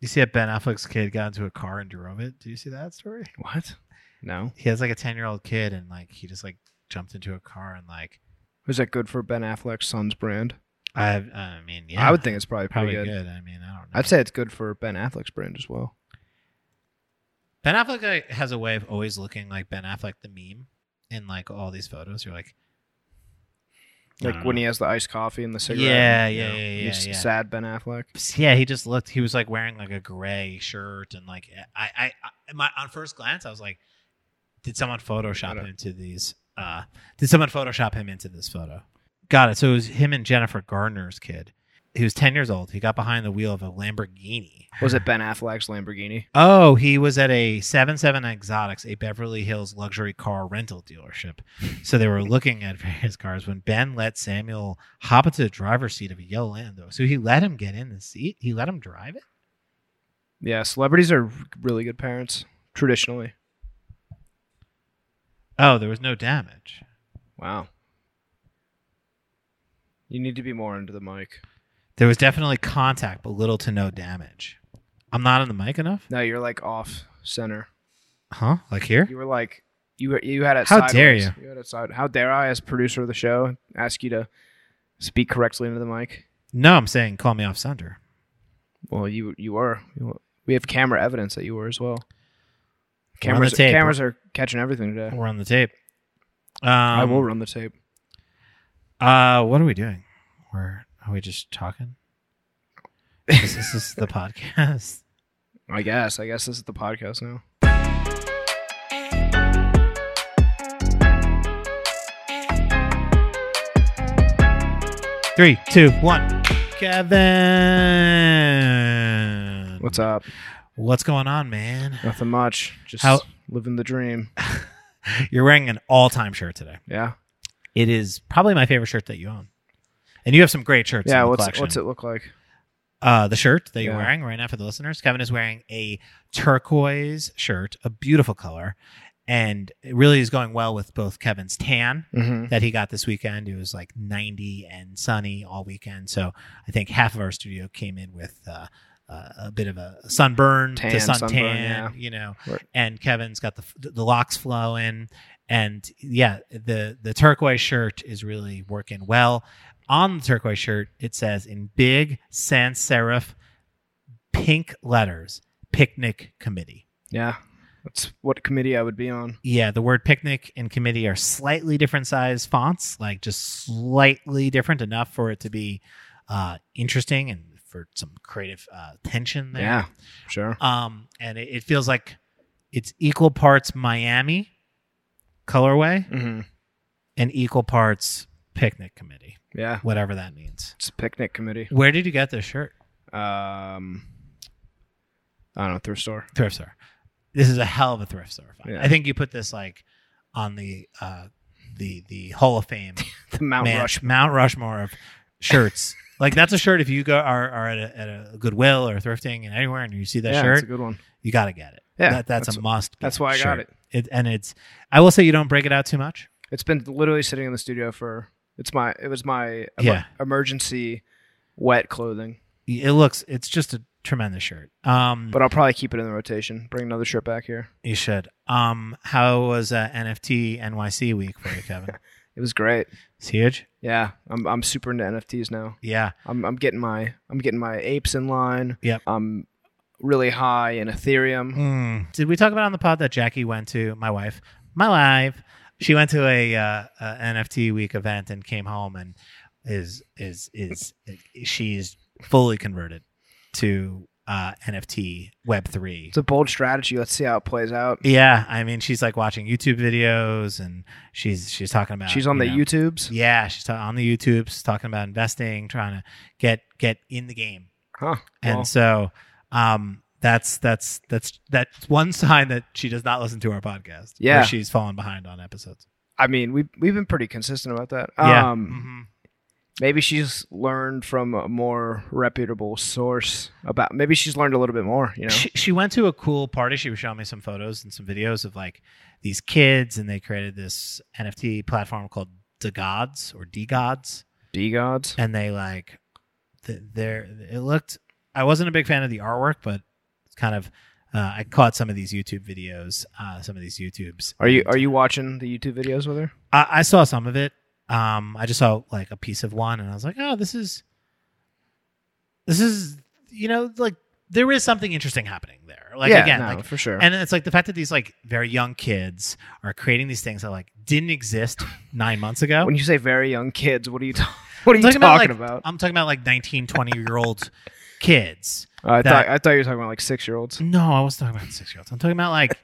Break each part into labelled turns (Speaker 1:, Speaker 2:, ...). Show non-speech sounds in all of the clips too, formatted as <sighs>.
Speaker 1: You see that Ben Affleck's kid got into a car and drove it. Do you see that story?
Speaker 2: What? No.
Speaker 1: He has like a ten year old kid and like he just like jumped into a car and like
Speaker 2: Was that good for Ben Affleck's son's brand?
Speaker 1: I uh, I mean yeah
Speaker 2: I would think it's probably pretty
Speaker 1: probably good.
Speaker 2: good.
Speaker 1: I mean I don't know.
Speaker 2: I'd say it's good for Ben Affleck's brand as well.
Speaker 1: Ben Affleck like, has a way of always looking like Ben Affleck the meme in like all these photos. You're like, I
Speaker 2: Like
Speaker 1: don't
Speaker 2: when
Speaker 1: know.
Speaker 2: he has the iced coffee and the cigarette.
Speaker 1: Uh. Yeah,
Speaker 2: you
Speaker 1: yeah,
Speaker 2: know,
Speaker 1: yeah, yeah,
Speaker 2: he's
Speaker 1: yeah.
Speaker 2: Sad Ben Affleck.
Speaker 1: yeah, he just looked. He was like wearing like a gray shirt and like I I, I my on first glance I was like, did someone Photoshop
Speaker 2: Photo.
Speaker 1: him into these? Uh, did someone Photoshop him into this photo? Got it. So it was him and Jennifer Gardner's kid. He was ten years old. He got behind the wheel of a Lamborghini.
Speaker 2: Was it Ben Affleck's Lamborghini?
Speaker 1: Oh, he was at a 77 Exotics, a Beverly Hills luxury car rental dealership. So they were looking at <laughs> various cars when Ben let Samuel hop into the driver's seat of a yellow Lando. So he let him get in the seat. He let him drive it.
Speaker 2: Yeah, celebrities are really good parents traditionally.
Speaker 1: Oh, there was no damage.
Speaker 2: Wow. You need to be more into the mic.
Speaker 1: There was definitely contact, but little to no damage. I'm not on the mic enough,
Speaker 2: No, you're like off center.
Speaker 1: huh? Like here?
Speaker 2: You were like you were, you had it.
Speaker 1: How dare
Speaker 2: sideways. You had it side. How dare I, as producer of the show, ask you to speak correctly into the mic?
Speaker 1: No, I'm saying call me off center.
Speaker 2: Well, you you were. You were- We have camera evidence that you were as well.
Speaker 1: We're on the
Speaker 2: Cameras
Speaker 1: tape.
Speaker 2: cameras are catching everything today.
Speaker 1: We're on the tape. Um,
Speaker 2: I will run the tape.
Speaker 1: Uh, what are we doing? We're are we just talking? Is this is
Speaker 2: <laughs>
Speaker 1: the podcast?
Speaker 2: I guess. I guess this is the podcast now.
Speaker 1: Three, two, one. Kevin,
Speaker 2: What's up?
Speaker 1: what's going on, man?
Speaker 2: Nothing much. Just
Speaker 1: How-
Speaker 2: living the dream.
Speaker 1: You're wearing an all-time shirt today.
Speaker 2: Yeah.
Speaker 1: It is probably my favorite shirt that you own, and you have some great shirts. in
Speaker 2: yeah.
Speaker 1: the
Speaker 2: What's
Speaker 1: collection.
Speaker 2: what's it look like?
Speaker 1: uh, the shirt that you're
Speaker 2: Yeah.
Speaker 1: wearing right now for the listeners. Kevin is wearing a turquoise shirt, a beautiful color, and it really is going well with both Kevin's tan
Speaker 2: Mm-hmm.
Speaker 1: that he got this weekend. It was like 90 and sunny all weekend. So I think half of our studio came in with uh, uh, a bit of a sunburn
Speaker 2: Tan,
Speaker 1: to suntan,
Speaker 2: sunburn, yeah.
Speaker 1: you know.
Speaker 2: Right.
Speaker 1: And Kevin's got the the locks flowing, and yeah, the the turquoise shirt is really working well. On the turquoise shirt, it says in big sans serif pink letters, "Picnic Committee."
Speaker 2: Yeah. That's what committee I would be on.
Speaker 1: Yeah, the word picnic and committee are slightly different size fonts, like just slightly different enough for it to be uh, interesting and for some creative uh, tension there.
Speaker 2: Yeah. Sure.
Speaker 1: Um, and it, it feels like it's equal parts Miami colorway
Speaker 2: Mm-hmm.
Speaker 1: and equal parts picnic committee,
Speaker 2: Yeah.
Speaker 1: whatever that means.
Speaker 2: It's a picnic committee.
Speaker 1: Where did you get this shirt?
Speaker 2: Um. I don't know. Thrift store. <laughs>
Speaker 1: Thrift store. This is a hell of a thrift store. Find.
Speaker 2: Yeah.
Speaker 1: I think you put this like on the uh, the the Hall of Fame
Speaker 2: The Mount
Speaker 1: Man-
Speaker 2: Rush.
Speaker 1: Mount Rushmore of shirts.
Speaker 2: <laughs>
Speaker 1: like that's a shirt if you go are, are at, a, at a Goodwill or thrifting and anywhere and you see that
Speaker 2: yeah,
Speaker 1: shirt,
Speaker 2: That's a good one.
Speaker 1: you got to get it.
Speaker 2: Yeah,
Speaker 1: that, that's, a
Speaker 2: that's-
Speaker 1: must. get
Speaker 2: That's why I got
Speaker 1: shirt.
Speaker 2: it.
Speaker 1: it. And it's I will say you don't break it out too much.
Speaker 2: It's been literally sitting in the studio for. It's my. It was my. emer-
Speaker 1: Yeah.
Speaker 2: Emergency, wet clothing.
Speaker 1: It looks it's just a tremendous shirt. Um,
Speaker 2: But I'll probably keep it in the rotation. Bring another shirt back here.
Speaker 1: you should. Um, how was uh, NFT NYC week for you,
Speaker 2: <laughs>
Speaker 1: Kevin?
Speaker 2: It was great.
Speaker 1: it's huge.
Speaker 2: Yeah, I'm I'm super into NFTs now.
Speaker 1: Yeah,
Speaker 2: I'm I'm getting my I'm getting my apes in line.
Speaker 1: Yep.
Speaker 2: I'm really high in Ethereum.
Speaker 1: Mm. Did we talk about on the pod that Jackie went to my wife, my wife? She went to a, uh, a NFT week event and came home and is is is she's fully converted to uh, NFT Web three.
Speaker 2: It's a bold strategy. Let's see how it plays out.
Speaker 1: Yeah, I mean she's like watching YouTube videos and she's she's talking about
Speaker 2: She's on
Speaker 1: you
Speaker 2: the
Speaker 1: know,
Speaker 2: YouTubes.
Speaker 1: Yeah, she's ta- on the YouTube's talking about investing, trying to get get in the game
Speaker 2: Huh.
Speaker 1: and
Speaker 2: well,
Speaker 1: so um that's that's that's that's one sign that she does not listen to our podcast
Speaker 2: Yeah.
Speaker 1: where she's fallen behind on episodes
Speaker 2: I mean, we we've been pretty consistent about that.
Speaker 1: yeah
Speaker 2: Um
Speaker 1: Mhm.
Speaker 2: maybe she's learned from a more reputable source about maybe she's learned a little bit more, you know.
Speaker 1: she, she went to a cool party she was showing me some photos and some videos of like these kids and they created this nft platform called the gods or d gods
Speaker 2: D gods.
Speaker 1: and they like th- they're it looked i wasn't a big fan of the artwork but kind of uh, I caught some of these YouTube videos, uh, some of these YouTubes.
Speaker 2: Are you
Speaker 1: and
Speaker 2: are you watching the YouTube videos with her?
Speaker 1: I, I saw some of it. Um, I just saw like a piece of one, and I was like, oh, this is, this is, you know, like there is something interesting happening there. Like
Speaker 2: yeah,
Speaker 1: again,
Speaker 2: no,
Speaker 1: like
Speaker 2: for sure.
Speaker 1: and it's like the fact that these like very young kids are creating these things that like didn't exist nine months ago.
Speaker 2: when you say very young kids, what are you ta- <laughs> what are you
Speaker 1: I'm
Speaker 2: talking,
Speaker 1: about, like,
Speaker 2: about?
Speaker 1: I'm talking about like 19, 20 year old kids.
Speaker 2: Uh, I
Speaker 1: that-
Speaker 2: thought I thought you were talking about like six year olds.
Speaker 1: No, I wasn't talking about six year olds. I'm talking about like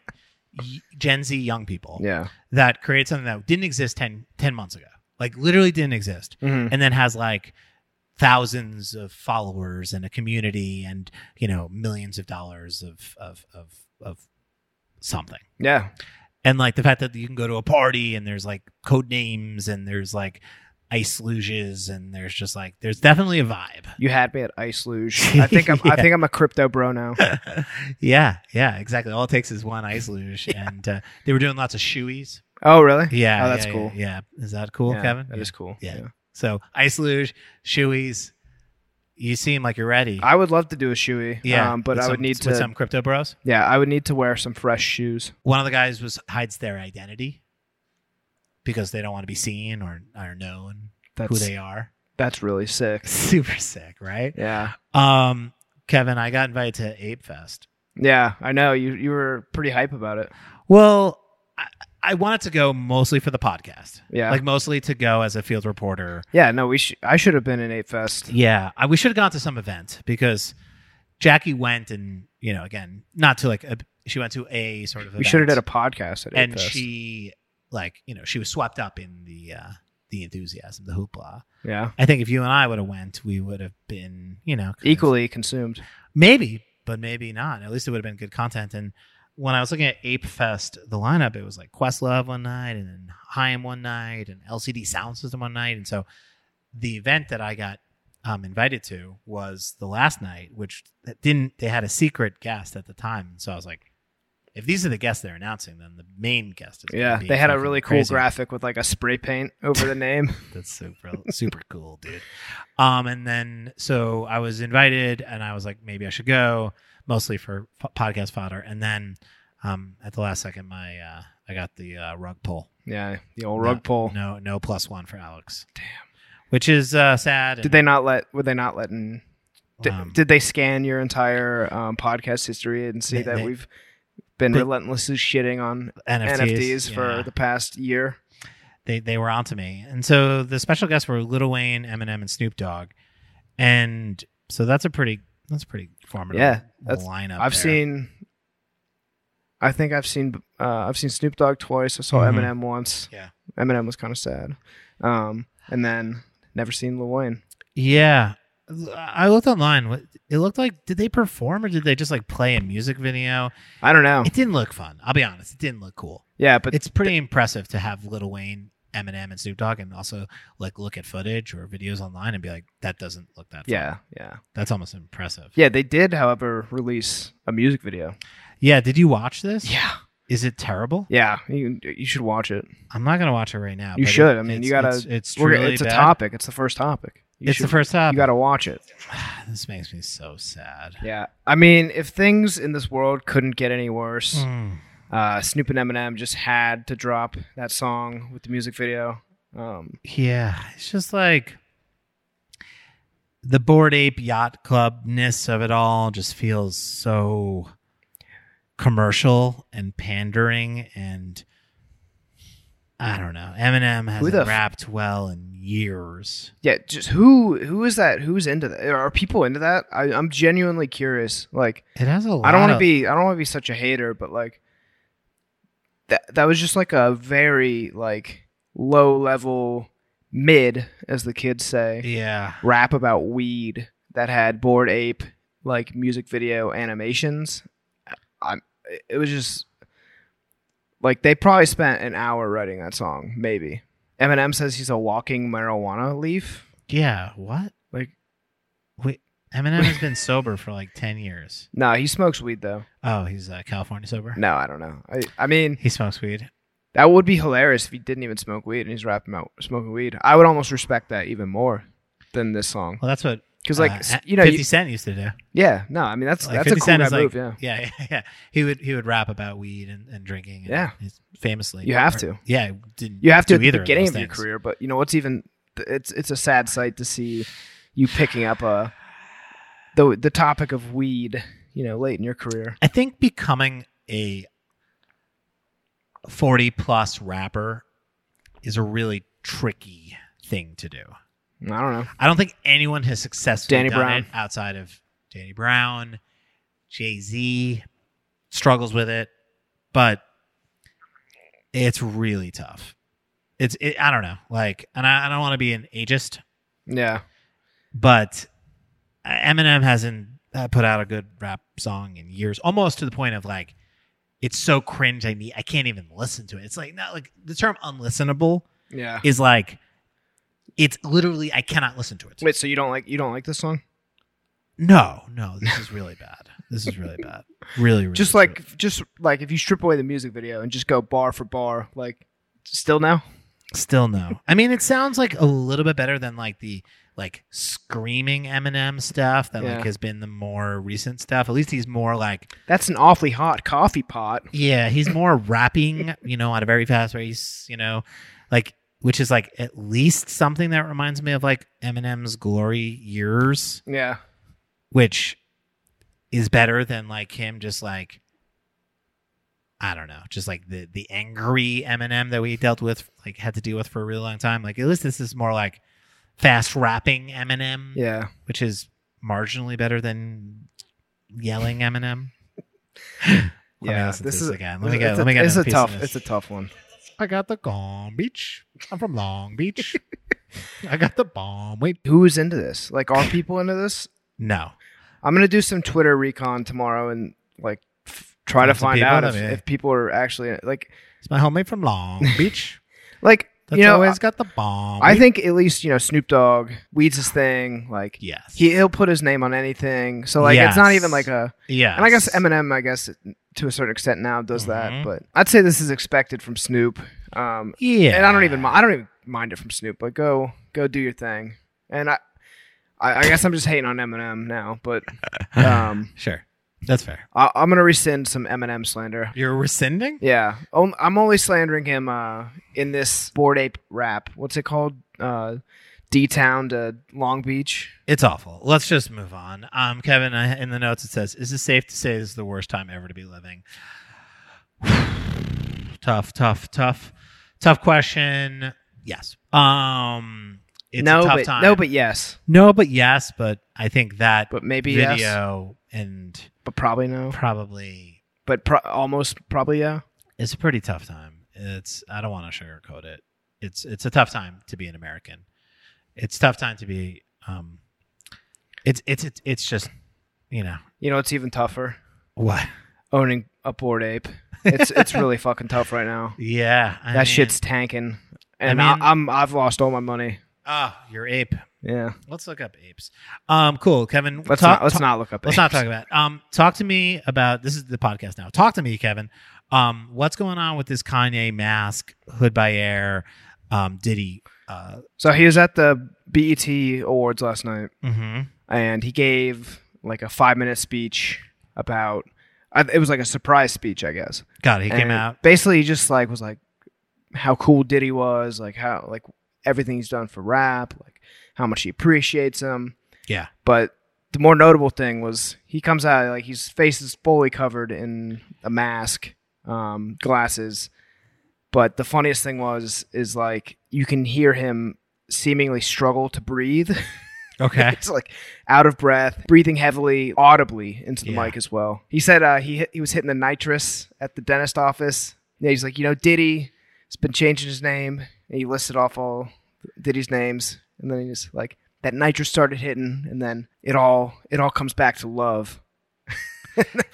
Speaker 1: y- Gen Z young people
Speaker 2: Yeah.
Speaker 1: that create something that didn't exist 10, 10 months ago, like literally didn't exist,
Speaker 2: hmm
Speaker 1: and then has like thousands of followers and a community and, you know, millions of dollars of, of, of, of something
Speaker 2: Yeah.
Speaker 1: and like the fact that you can go to a party and there's like code names and there's like ice luges and there's just like there's definitely a
Speaker 2: <laughs>
Speaker 1: vibe
Speaker 2: You had me at
Speaker 1: <laughs>
Speaker 2: Ice Luge. I think I'm I
Speaker 1: Yeah.
Speaker 2: think I'm a crypto bro now.
Speaker 1: yeah yeah exactly all it takes is one ice luge and uh, they were doing lots of shoeies
Speaker 2: Oh really?
Speaker 1: yeah
Speaker 2: Oh, that's
Speaker 1: yeah,
Speaker 2: cool.
Speaker 1: yeah, yeah. is that cool
Speaker 2: Yeah,
Speaker 1: kevin
Speaker 2: That is cool.
Speaker 1: Yeah. so ice luge shoeies you seem like you're ready
Speaker 2: I would love to do a shoey.
Speaker 1: yeah
Speaker 2: Um, but
Speaker 1: with
Speaker 2: I would
Speaker 1: some-
Speaker 2: need to
Speaker 1: with some crypto bros
Speaker 2: Yeah, I would need to wear some fresh shoes.
Speaker 1: one of the guys was hides their identity because they don't want to be seen or, or known
Speaker 2: That's
Speaker 1: who they are
Speaker 2: <laughs> that's really sick.
Speaker 1: super sick, right?
Speaker 2: Yeah.
Speaker 1: Um, Kevin, I got invited to Ape Fest.
Speaker 2: Yeah, I know. You you were pretty hype about it.
Speaker 1: Well, I, I wanted to go mostly for the podcast,
Speaker 2: Yeah.
Speaker 1: like mostly to go as a field reporter.
Speaker 2: yeah, no, we sh- I should have been in Ape Fest.
Speaker 1: Yeah, I, we should have gone to some event because Jackie went and you know, again, not to like a, she went to a sort of
Speaker 2: We should have done
Speaker 1: event,
Speaker 2: a podcast at Ape
Speaker 1: and
Speaker 2: Fest.
Speaker 1: she like you know she was swept up in the uh, the enthusiasm, the hoopla.
Speaker 2: yeah.
Speaker 1: I think if you and I would have went, we would have been you know kind of-
Speaker 2: Equally consumed.
Speaker 1: Maybe, but maybe not. At least it would have been good content. And when I was looking at Ape Fest, the lineup, it was like Questlove one night and then Haim one night and LCD Sound System one night. And so the event that I got um, invited to was the last night, which that didn't, they had a secret guest at the time. And so I was like, if these are the guests they're announcing, then the main guest is. gonna
Speaker 2: Yeah,
Speaker 1: be
Speaker 2: they had a
Speaker 1: fucking
Speaker 2: really cool
Speaker 1: crazy.
Speaker 2: graphic with like a spray paint over
Speaker 1: <laughs>
Speaker 2: the name.
Speaker 1: That's super super cool, dude. Um, and then so I was invited, and I was like, maybe I should go, mostly for f- podcast fodder. And then, um, at the last second, my uh, I got the uh, rug pull.
Speaker 2: Yeah, the old rug pull.
Speaker 1: No, no plus one for Alex. Damn. Which is uh, sad.
Speaker 2: Did they not let? Were they not letting? Did,
Speaker 1: um,
Speaker 2: did they scan your entire um, podcast history and see
Speaker 1: They-
Speaker 2: that
Speaker 1: they-
Speaker 2: we've been
Speaker 1: they-
Speaker 2: relentlessly shitting on
Speaker 1: NFTs,
Speaker 2: NFTs, for
Speaker 1: yeah.
Speaker 2: the past year?
Speaker 1: they they were onto me. And so the special guests were Lil Wayne, Eminem, and Snoop Dogg. And so that's a pretty that's a pretty formidable
Speaker 2: Yeah, that's-
Speaker 1: lineup.
Speaker 2: I've
Speaker 1: there.
Speaker 2: seen. I think I've seen uh, I've seen Snoop Dogg twice. I saw
Speaker 1: Mhm.
Speaker 2: Eminem once.
Speaker 1: Yeah.
Speaker 2: Eminem was kind of sad, um, and then never seen Lil Wayne.
Speaker 1: Yeah. I looked online. What- It looked like did they perform or did they just like play a music video?
Speaker 2: I don't know.
Speaker 1: It didn't look fun. I'll be honest. It didn't look cool.
Speaker 2: Yeah, Oh. but
Speaker 1: it's pretty impressive to have Lil Wayne, Eminem, and Snoop Dogg, and also like look at footage or videos online and be like, that doesn't look that. Fun.
Speaker 2: yeah, yeah,
Speaker 1: that's almost impressive.
Speaker 2: yeah. They did, however, release a music video.
Speaker 1: Yeah. Did you watch this?
Speaker 2: Yeah.
Speaker 1: Is it terrible?
Speaker 2: Yeah, you you should watch it.
Speaker 1: I'm not gonna watch it right now.
Speaker 2: You
Speaker 1: but it-
Speaker 2: should. I mean, you
Speaker 1: it's-
Speaker 2: gotta-
Speaker 1: It's, it's
Speaker 2: We're-
Speaker 1: truly
Speaker 2: it's a
Speaker 1: bad.
Speaker 2: topic. It's the first topic. You
Speaker 1: It's
Speaker 2: should-
Speaker 1: the first top.
Speaker 2: You got to watch it.
Speaker 1: <sighs> this makes me so sad.
Speaker 2: Yeah, I mean, if things in this world couldn't get any worse,
Speaker 1: Mm.
Speaker 2: uh, Snoop and Eminem just had to drop that song with the music video. Um,
Speaker 1: Yeah, it's just like the board ape yacht clubness of it all just feels so commercial and pandering and I don't know. Eminem hasn't
Speaker 2: the f-
Speaker 1: rapped well in years.
Speaker 2: yeah, just who who is that? Who's into that? Are people into that? I, I'm genuinely curious. Like,
Speaker 1: It has a lot.
Speaker 2: I don't want to
Speaker 1: of-
Speaker 2: be I don't want to be such a hater, but like that that was just like a very like low level mid, as the kids say.
Speaker 1: Yeah,
Speaker 2: rap about weed that had bored ape like music video animations i it was just like they probably spent an hour writing that song maybe eminem says he's a walking marijuana leaf
Speaker 1: yeah. What?
Speaker 2: Like-
Speaker 1: wait, Eminem has been sober for like ten years.
Speaker 2: no he smokes weed though
Speaker 1: Oh, he's uh, California sober.
Speaker 2: no i don't know i i mean
Speaker 1: He smokes weed.
Speaker 2: that would be hilarious if he didn't even smoke weed and he's rapping about smoking weed i would almost respect that even more than this song
Speaker 1: Well, that's what
Speaker 2: Because like
Speaker 1: Uh,
Speaker 2: s- you know,
Speaker 1: 50
Speaker 2: you,
Speaker 1: Cent used to do.
Speaker 2: yeah, no, I mean that's
Speaker 1: Like,
Speaker 2: that's a
Speaker 1: 50
Speaker 2: cool
Speaker 1: Cent
Speaker 2: guy
Speaker 1: is like-
Speaker 2: move. yeah,
Speaker 1: Yeah, <laughs> yeah, yeah. He would he would rap about weed and, and drinking. And
Speaker 2: Yeah.
Speaker 1: he's famously.
Speaker 2: you have
Speaker 1: or-
Speaker 2: to,
Speaker 1: Yeah, he didn't
Speaker 2: you have to
Speaker 1: do
Speaker 2: at the
Speaker 1: either
Speaker 2: beginning
Speaker 1: those
Speaker 2: of, your
Speaker 1: things.
Speaker 2: career. But you know what's even it's it's a sad sight to see you picking up a the the topic of weed. You know, late in your career.
Speaker 1: I think becoming a 40 plus rapper is a really tricky thing to do.
Speaker 2: I don't know.
Speaker 1: I don't think anyone has successfully
Speaker 2: Danny
Speaker 1: done
Speaker 2: Brown.
Speaker 1: it outside of Danny Brown. Jay Z struggles with it, but it's really tough. It's it, I don't know, like, and I, I don't want to be an ageist,
Speaker 2: Yeah,
Speaker 1: but Eminem hasn't uh, put out a good rap song in years, almost to the point of like, it's so cringe. I need, I can't even listen to it. It's like not like the term unlistenable
Speaker 2: yeah.
Speaker 1: is like, it's literally I cannot listen to it.
Speaker 2: Wait, so you don't like you don't like this song?
Speaker 1: No, no, this is really bad. This is really bad. Really, really
Speaker 2: just
Speaker 1: bad.
Speaker 2: like just like if you strip away the music video and just go bar for bar, like still no.
Speaker 1: still no. I mean, it sounds like a little bit better than like the like screaming Eminem stuff that
Speaker 2: Yeah.
Speaker 1: like has been the more recent stuff. At least he's more like
Speaker 2: That's an awfully hot coffee pot.
Speaker 1: yeah, he's more rapping, you know, at a very fast pace, you know, like which is like at least something that reminds me of like Eminem's glory years.
Speaker 2: Yeah.
Speaker 1: which is better than like him just like I don't know, just like the the angry Eminem that we dealt with, like had to deal with for a really long time. Like at least this is more like fast rapping Eminem,
Speaker 2: Yeah.
Speaker 1: which is marginally better than yelling Eminem.
Speaker 2: <laughs>
Speaker 1: Let me
Speaker 2: yeah.
Speaker 1: listen to this again. Let me
Speaker 2: it's
Speaker 1: get-
Speaker 2: a-
Speaker 1: let me get
Speaker 2: It's
Speaker 1: another
Speaker 2: a
Speaker 1: piece
Speaker 2: tough.
Speaker 1: of this.
Speaker 2: It's a tough one.
Speaker 1: I got the gone beach. I'm from Long
Speaker 2: <laughs>
Speaker 1: Beach. I got the bomb. Wait,
Speaker 2: Who's into this? Like, are people into this?
Speaker 1: no.
Speaker 2: I'm gonna do some Twitter recon tomorrow and like f- try to
Speaker 1: Find some
Speaker 2: find
Speaker 1: people
Speaker 2: out if,
Speaker 1: that may-
Speaker 2: if people are actually like
Speaker 1: It's my homemade from Long Beach.
Speaker 2: like
Speaker 1: That's
Speaker 2: you know.
Speaker 1: always got the bomb.
Speaker 2: I think at least you know Snoop Dogg weeds his thing. Like
Speaker 1: yes.
Speaker 2: he he'll put his name on anything. So like it's not
Speaker 1: Yes.
Speaker 2: even like a
Speaker 1: yeah.
Speaker 2: And I guess Eminem, I guess to a certain extent now does
Speaker 1: Mhm.
Speaker 2: that, but I'd say this is expected from Snoop. Um,
Speaker 1: Yeah.
Speaker 2: And I don't
Speaker 1: <laughs>
Speaker 2: even mi- I don't even mind it from Snoop, but go go do your thing. And I, I, I guess I'm just hating on Eminem now,
Speaker 1: <laughs>
Speaker 2: but um,
Speaker 1: Sure. That's fair.
Speaker 2: I, I'm gonna rescind some Eminem slander.
Speaker 1: You're rescinding?
Speaker 2: Yeah, on, I'm only slandering him uh, in this board ape rap. What's it called? Uh, D Town to Long Beach.
Speaker 1: It's awful. Let's just move on. Um, Kevin, I, in the notes it says, "Is it safe to say this is the worst time ever to be living?" <sighs> tough, tough, tough, tough question. Yes. Um, it's
Speaker 2: no,
Speaker 1: a tough
Speaker 2: but
Speaker 1: time.
Speaker 2: no, but yes,
Speaker 1: no, but yes, but I think that
Speaker 2: but maybe yes,
Speaker 1: video and
Speaker 2: but probably no,
Speaker 1: probably
Speaker 2: but pro- almost probably yeah.
Speaker 1: it's a pretty tough time. It's I don't want to sugarcoat it. It's it's a tough time to be an American. It's tough time to be. Um, it's it's it's, it's just you know
Speaker 2: You know, it's even tougher
Speaker 1: what.
Speaker 2: owning a bored ape. It's
Speaker 1: <laughs>
Speaker 2: it's really fucking tough right now.
Speaker 1: Yeah, I
Speaker 2: that
Speaker 1: mean,
Speaker 2: shit's tanking, and
Speaker 1: I
Speaker 2: I
Speaker 1: mean-
Speaker 2: I, am I've lost all my money.
Speaker 1: Oh, you're ape.
Speaker 2: Yeah,
Speaker 1: Let's look up apes. Um, cool, Kevin.
Speaker 2: let's
Speaker 1: talk,
Speaker 2: not let's
Speaker 1: talk-
Speaker 2: not look up.
Speaker 1: let's
Speaker 2: apes.
Speaker 1: not talk about. Um, talk to me about this is the podcast now. Talk to me, Kevin. Um, what's going on with this Kanye mask hood by air? Um, Diddy. Uh,
Speaker 2: So he was at the BET Awards last night,
Speaker 1: mm-hmm.
Speaker 2: and he gave like a five minute speech about. I, it was like a surprise speech, I guess.
Speaker 1: God, he came
Speaker 2: And
Speaker 1: out.
Speaker 2: Basically, he just like was like how cool Diddy was, like how like everything he's done for rap, like how much he appreciates him.
Speaker 1: Yeah.
Speaker 2: But the more notable thing was he comes out like his face is fully covered in a mask, um, glasses. But the funniest thing was is like you can hear him seemingly struggle to breathe. <laughs>
Speaker 1: <laughs> Okay.
Speaker 2: it's like out of breath, breathing heavily, audibly into the
Speaker 1: Yeah.
Speaker 2: mic as well. He said uh, he hit, he was hitting the nitrous at the dentist office. Yeah, he's like, you know, Diddy has been changing his name. And he listed off all Diddy's names, and then he just like that nitrous started hitting, and then it all it all comes back to love. <laughs>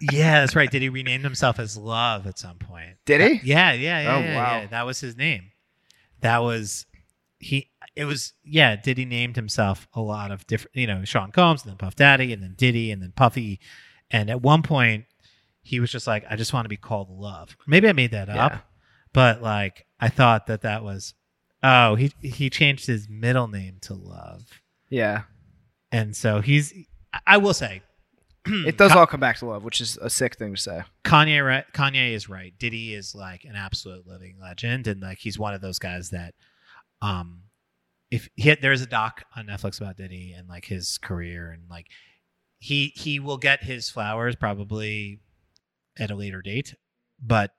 Speaker 1: yeah, that's right. Did he rename himself as Love at some point?
Speaker 2: Did he?
Speaker 1: Yeah, yeah, yeah.
Speaker 2: Oh,
Speaker 1: yeah,
Speaker 2: wow.
Speaker 1: yeah. That was his name. That was he. It was yeah. Diddy named himself a lot of different. You know, Sean Combs and then Puff Daddy and then Diddy and then Puffy. And at one point, he was just like, "I just want to be called Love." Maybe I made that
Speaker 2: Yeah.
Speaker 1: up, but like I thought that that was. Oh, he he changed his middle name to Love.
Speaker 2: Yeah.
Speaker 1: and so he's. I- I will say, <clears throat>
Speaker 2: It does all come back to love, which is a sick thing to say.
Speaker 1: Kanye right, Kanye is right. Diddy is like an absolute living legend, and like he's one of those guys that, um, if he had, there's a doc on Netflix about Diddy and like his career and like he he will get his flowers probably at a later date, but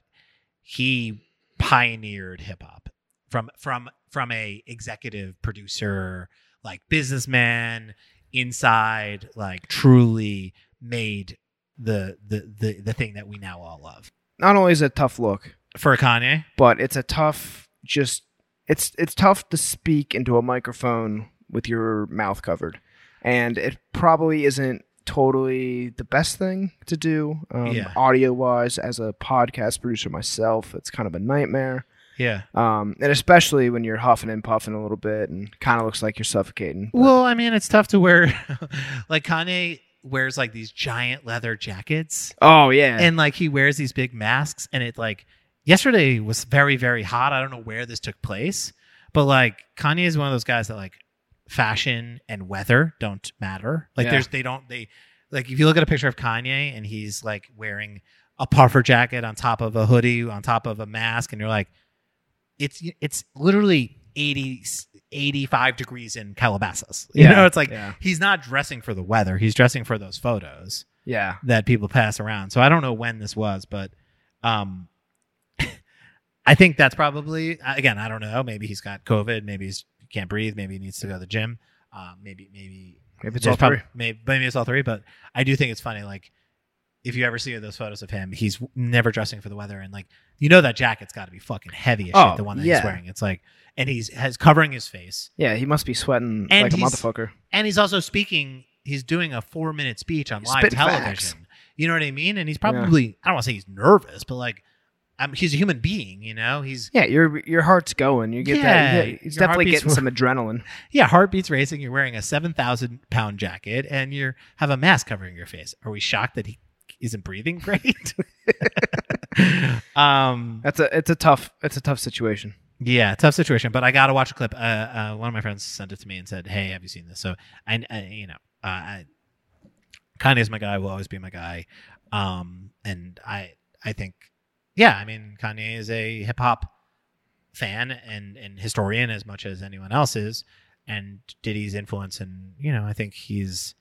Speaker 1: he pioneered hip hop from from from a executive producer like businessman inside like truly made the the the, the thing that we now all love
Speaker 2: Not only is it a tough look,
Speaker 1: for Kanye.
Speaker 2: but it's a tough just it's it's tough to speak into a microphone with your mouth covered and it probably isn't totally the best thing to do um,
Speaker 1: Yeah.
Speaker 2: audio wise as a podcast producer myself it's kind of a nightmare
Speaker 1: Yeah.
Speaker 2: um, and especially when you're huffing and puffing a little bit and kind of looks like you're suffocating But
Speaker 1: Well, I mean, it's tough to wear. <laughs> like Kanye wears like these giant leather jackets,
Speaker 2: oh yeah
Speaker 1: and like he wears these big masks, and it like yesterday was very very hot. I don't know where this took place, but like Kanye is one of those guys that like fashion and weather don't matter. Like
Speaker 2: Yeah.
Speaker 1: there's they don't they like if you look at a picture of Kanye and he's like wearing a puffer jacket on top of a hoodie on top of a mask and you're like it's it's literally 80 85 degrees in Calabasas. You
Speaker 2: Yeah.
Speaker 1: know, it's like
Speaker 2: yeah
Speaker 1: he's not dressing for the weather. He's dressing for those photos
Speaker 2: yeah
Speaker 1: that people pass around. So I don't know when this was, but um, <laughs> I think that's probably uh, again. I don't know. Maybe he's got COVID. Maybe he's, he can't breathe. Maybe he needs to go to the gym. Um, maybe maybe
Speaker 2: if it's
Speaker 1: there's
Speaker 2: all
Speaker 1: prob-
Speaker 2: three
Speaker 1: Maybe, maybe it's all three. But I do think it's funny. Like if you ever see those photos of him, he's never dressing for the weather, and like you know that jacket's got to be fucking heavy as
Speaker 2: Oh,
Speaker 1: shit. The one that
Speaker 2: yeah.
Speaker 1: he's wearing. It's like and he's has covering his face,
Speaker 2: yeah he must be sweating
Speaker 1: And
Speaker 2: like a
Speaker 1: he's-
Speaker 2: motherfucker
Speaker 1: and he's also speaking. He's doing a four minute speech on
Speaker 2: He's
Speaker 1: live
Speaker 2: spitting
Speaker 1: television.
Speaker 2: facts.
Speaker 1: You know what I mean? And he's
Speaker 2: Yeah.
Speaker 1: probably I don't want to say he's nervous, but like I'm, he's a human being. You know, he's
Speaker 2: yeah your your heart's going you get
Speaker 1: Yeah,
Speaker 2: that yeah, he's
Speaker 1: your
Speaker 2: definitely
Speaker 1: heartbeats
Speaker 2: getting
Speaker 1: were-
Speaker 2: some
Speaker 1: <laughs>
Speaker 2: adrenaline
Speaker 1: yeah, heartbeats racing. You're wearing a seven thousand pound jacket, and you have a mask covering your face. Are we shocked that he isn't breathing great? <laughs> um,
Speaker 2: That's a it's a tough it's a tough situation.
Speaker 1: yeah, tough situation. But I got to watch a clip. Uh, uh, one of my friends sent it to me and said, "Hey, have you seen this?" So I, I you know, uh, I, Kanye's my guy. Will always be my guy. Um, and I, I think, yeah, I mean, Kanye is a hip hop fan and and historian as much as anyone else is. And Diddy's influence, and you know, I think he's,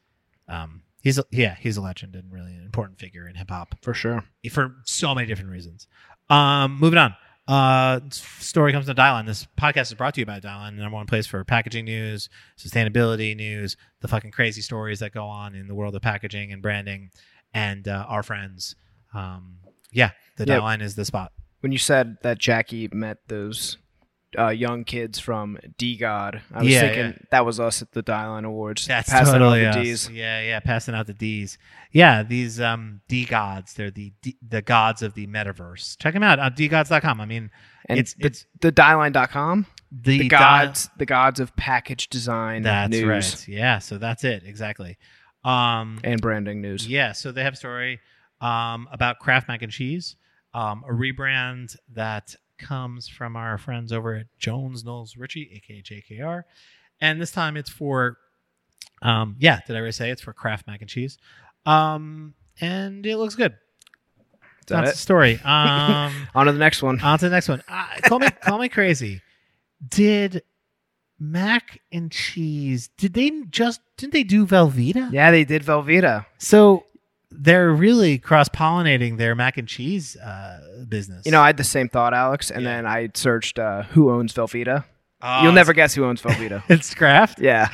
Speaker 1: um, he's a, yeah, he's a legend and really an important figure in hip hop
Speaker 2: For sure.
Speaker 1: for so many different reasons. Um, moving on. Uh, s- story comes to Dylan. This podcast is brought to you by Dylan, the number one place for packaging news, sustainability news, the fucking crazy stories that go on in the world of packaging and branding, and uh, our friends. Um, yeah, the
Speaker 2: Yeah.
Speaker 1: Dylan is the spot.
Speaker 2: When you said that Jackie met those uh, young kids from D God, I was
Speaker 1: Yeah,
Speaker 2: thinking that was us at the Dylan Awards.
Speaker 1: That's
Speaker 2: passing on
Speaker 1: totally
Speaker 2: the
Speaker 1: us.
Speaker 2: Ds.
Speaker 1: Yeah, yeah, passing out the D's. Yeah, these um D gods. They're the D, the gods of the metaverse. Check them out uh, on dgods.com. I mean,
Speaker 2: And
Speaker 1: it's
Speaker 2: the,
Speaker 1: it's
Speaker 2: the Dyline.com,
Speaker 1: the,
Speaker 2: the,
Speaker 1: Dy-
Speaker 2: gods the gods of package design
Speaker 1: That's
Speaker 2: news
Speaker 1: right. Yeah. So that's it. Exactly. Um,
Speaker 2: and branding news.
Speaker 1: yeah. So they have a story um, about Kraft mac and cheese, um, a rebrand that comes from our friends over at Jones Knowles Ritchie, aka JKR, and this time it's for, um, yeah, did I already say it's for Kraft mac and cheese, um, and it looks good.
Speaker 2: Is
Speaker 1: That's
Speaker 2: that
Speaker 1: the
Speaker 2: it? <laughs>
Speaker 1: story. Um,
Speaker 2: On to the next one.
Speaker 1: On to the next one. Uh, call me call me crazy. Did mac and cheese? Did they just didn't they do Velveeta?
Speaker 2: yeah, they did Velveeta.
Speaker 1: So they're really cross pollinating their mac and cheese uh, business.
Speaker 2: You know, I had the same thought, Alex, and
Speaker 1: Yeah.
Speaker 2: then I searched uh, who owns Velveeta.
Speaker 1: Oh,
Speaker 2: You'll never guess who
Speaker 1: <laughs>
Speaker 2: owns Velveeta.
Speaker 1: It's Kraft.
Speaker 2: yeah.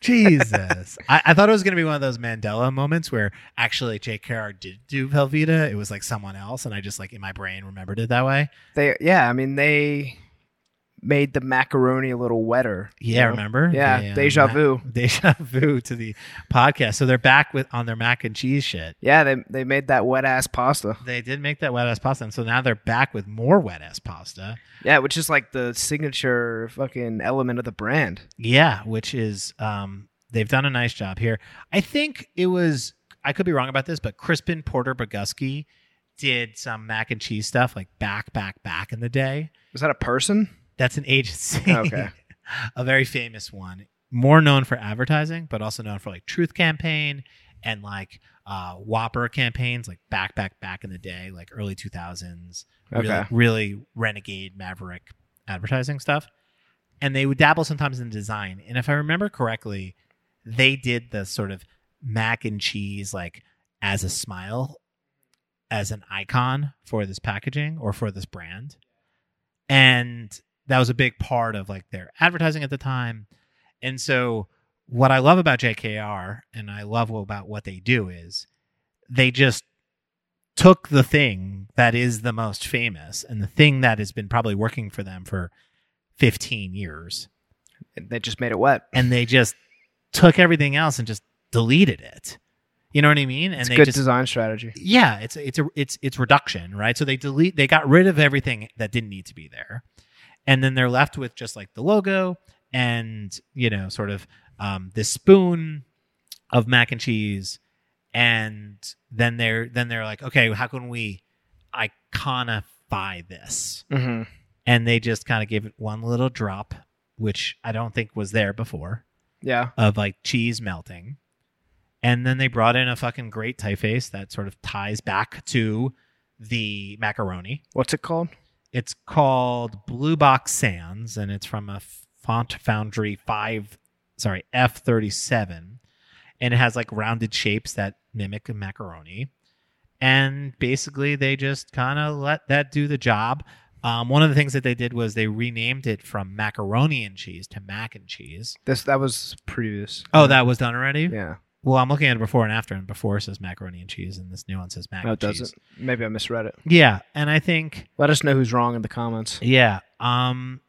Speaker 1: Jesus, <laughs> I, I thought it was going to be one of those Mandela moments where actually Jake Carr did do Velveeta. It was like someone else, and I just like in my brain remembered it that way.
Speaker 2: They yeah, I mean they made the macaroni a little wetter. you
Speaker 1: Yeah,
Speaker 2: know?
Speaker 1: remember?
Speaker 2: Yeah,
Speaker 1: They, um,
Speaker 2: deja vu.
Speaker 1: <laughs> deja vu to the podcast. So they're back with on their mac and cheese shit.
Speaker 2: Yeah, they they made that wet ass pasta.
Speaker 1: They did make that wet ass pasta, and so now they're back with more wet ass pasta.
Speaker 2: Yeah, which is like the signature fucking element of the brand.
Speaker 1: Yeah, which is um, they've done a nice job here. I think it was I could be wrong about this, but Crispin Porter Bogusky did some mac and cheese stuff like back, back, back in the day.
Speaker 2: Is that a person?
Speaker 1: <laughs> That's an agency.
Speaker 2: Okay.
Speaker 1: a very famous one more known for advertising, but also known for like Truth Campaign and like uh, Whopper campaigns, like back back back in the day, like early two thousands.
Speaker 2: Okay.
Speaker 1: Really, really renegade maverick advertising stuff, and they would dabble sometimes in design. And if I remember correctly, they did the sort of mac and cheese like as a smile as an icon for this packaging or for this brand. And that was a big part of like their advertising at the time. And so what I love about JKR and I love about what they do is they just took the thing that is the most famous and the thing that has been probably working for them for 15 years
Speaker 2: They just made it wet.
Speaker 1: and they just took everything else and just deleted it. You know what I mean? And
Speaker 2: It's
Speaker 1: they
Speaker 2: good
Speaker 1: just
Speaker 2: design strategy.
Speaker 1: yeah it's it's a it's it's reduction right so they delete they got rid of everything that didn't need to be there and then they're left with just like the logo and you know sort of um, this spoon of mac and cheese and then they're then they're like okay how can we iconify this
Speaker 2: Mm-hmm.
Speaker 1: and they just kind of gave it one little drop which i don't think was there before
Speaker 2: Yeah.
Speaker 1: of like cheese melting. And then they brought in a fucking great typeface that sort of ties back to the macaroni.
Speaker 2: What's it called?
Speaker 1: It's called Blue Box Sands and it's from a font foundry 5 sorry, F37 and it has like rounded shapes that mimic a macaroni. And basically they just kind of let that do the job. Um, one of the things that they did was they renamed it from macaroni and cheese to mac and cheese.
Speaker 2: This that was previous.
Speaker 1: Oh, that was done already?
Speaker 2: Yeah.
Speaker 1: Well, I'm looking at it before and after, and before says macaroni and cheese, and this new one says mac
Speaker 2: No,
Speaker 1: and
Speaker 2: it
Speaker 1: cheese.
Speaker 2: doesn't. Maybe I misread it.
Speaker 1: Yeah, and I think
Speaker 2: Let us know who's wrong in the comments.
Speaker 1: yeah, um,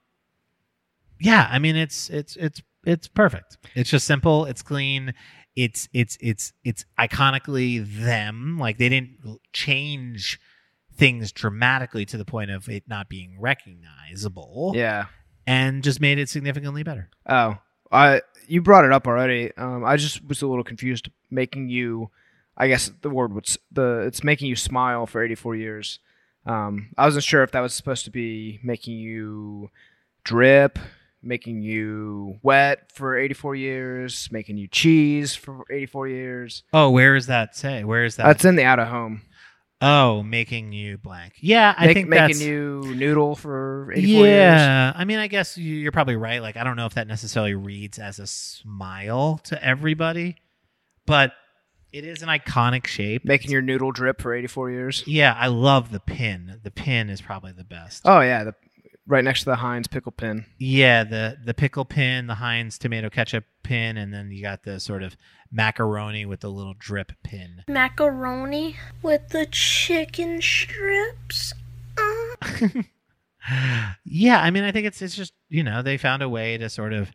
Speaker 1: yeah. I mean, it's it's it's it's perfect. It's just simple. It's clean. It's it's it's it's iconically them. Like they didn't change things dramatically to the point of it not being recognizable.
Speaker 2: Yeah.
Speaker 1: and just made it significantly better.
Speaker 2: Oh, I you brought it up already. Um, I just was a little confused. Making you, I guess the word was the it's making you smile for 84 years. Um, I wasn't sure if that was supposed to be making you drip, making you wet for 84 years, making you cheese for 84 years.
Speaker 1: Oh, where is that say? Where is that?
Speaker 2: That's in the out of home.
Speaker 1: oh, making you blank. Yeah, I
Speaker 2: Make-
Speaker 1: think
Speaker 2: making
Speaker 1: that's,
Speaker 2: you noodle for 84 years.
Speaker 1: yeah. I mean, I guess you- you're probably right. Like, I don't know if that necessarily reads as a smile to everybody, but it is an iconic shape.
Speaker 2: Making your noodle drip for 84 years.
Speaker 1: yeah, I love the pin. The pin is probably the best.
Speaker 2: Oh yeah, the, right next to the Heinz pickle pin.
Speaker 1: Yeah, the the pickle pin, the Heinz tomato ketchup pin, and then you got the sort of macaroni with the little drip pin.
Speaker 3: macaroni with the chicken strips. Uh.
Speaker 1: yeah, I mean, I think it's it's just you know they found a way to sort of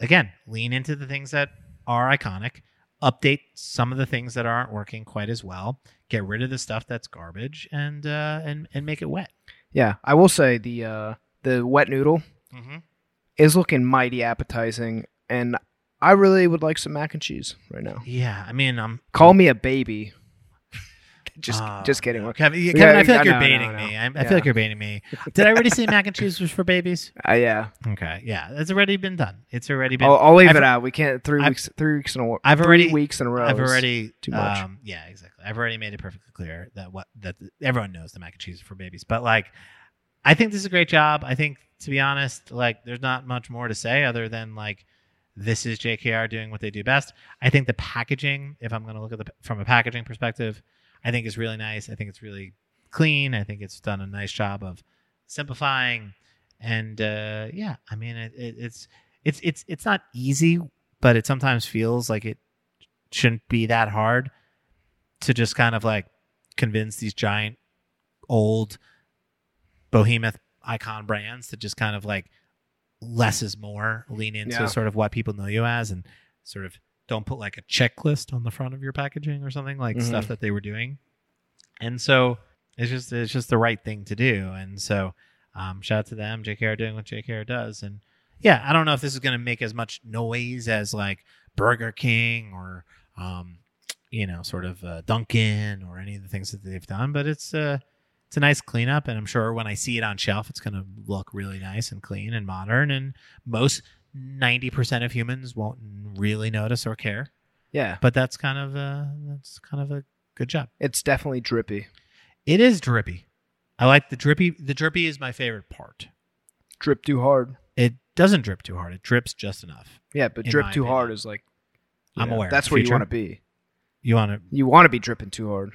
Speaker 1: again lean into the things that are iconic, update some of the things that aren't working quite as well, get rid of the stuff that's garbage, and uh, and and make it wet.
Speaker 2: Yeah, I will say the uh, the wet noodle
Speaker 1: Mm-hmm.
Speaker 2: is looking mighty appetizing, and I really would like some mac and cheese right now.
Speaker 1: Yeah, I mean, um, I'm
Speaker 2: Call me a baby. <laughs> Just
Speaker 1: oh,
Speaker 2: just kidding.
Speaker 1: no. Kevin.
Speaker 2: Yeah,
Speaker 1: Kevin, I feel
Speaker 2: yeah,
Speaker 1: like you're
Speaker 2: no, no,
Speaker 1: baiting
Speaker 2: no.
Speaker 1: me. I, I
Speaker 2: Yeah.
Speaker 1: feel like you're baiting me. Did I already say mac and cheese was for <laughs> babies?
Speaker 2: Uh, yeah,
Speaker 1: Okay, yeah, that's already been done. It's already been.
Speaker 2: I'll, I'll leave
Speaker 1: I've-
Speaker 2: it out. We can't 3
Speaker 1: I've-
Speaker 2: weeks three weeks in a row.
Speaker 1: I've
Speaker 2: three
Speaker 1: already-
Speaker 2: weeks in a row.
Speaker 1: I've
Speaker 2: is-
Speaker 1: already
Speaker 2: too much.
Speaker 1: Um, yeah, exactly. I've already made it perfectly clear that what that everyone knows the mac and cheese is for babies, but like, I think this is a great job. I think to be honest, like, there's not much more to say other than like, this is JKR doing what they do best. I think the packaging, if I'm going to look at the from a packaging perspective, I think is really nice. I think it's really clean. I think it's done a nice job of simplifying, and uh, yeah, I mean, it, it, it's it's it's it's not easy, but it sometimes feels like it shouldn't be that hard to just kind of like convince these giant old behemoth icon brands to just kind of like less is more lean into
Speaker 2: Yeah.
Speaker 1: sort of what people know you as and sort of don't put like a checklist on the front of your packaging or something like
Speaker 2: Mhm.
Speaker 1: stuff that they were doing and so it's just it's just the right thing to do and so um, shout out to them jkr doing what jkr does and yeah i don't know if this is going to make as much noise as like burger king or um, you know, sort of uh, Duncan or any of the things that they've done. But it's uh, it's a nice cleanup, and I'm sure when I see it on shelf, it's going to look really nice and clean and modern. And most ninety percent of humans won't really notice or care.
Speaker 2: Yeah,
Speaker 1: But that's kind of a that's kind of a good job.
Speaker 2: it's definitely drippy.
Speaker 1: It is drippy. I like the drippy. The drippy is my favorite part.
Speaker 2: Drip too hard.
Speaker 1: It doesn't drip too hard. It drips just enough.
Speaker 2: Yeah, but
Speaker 1: In
Speaker 2: drip
Speaker 1: my
Speaker 2: too hard
Speaker 1: opinion.
Speaker 2: is like you
Speaker 1: I'm
Speaker 2: know,
Speaker 1: aware.
Speaker 2: That's where you
Speaker 1: Future,
Speaker 2: want to be.
Speaker 1: You want to.
Speaker 2: You want to be dripping too hard.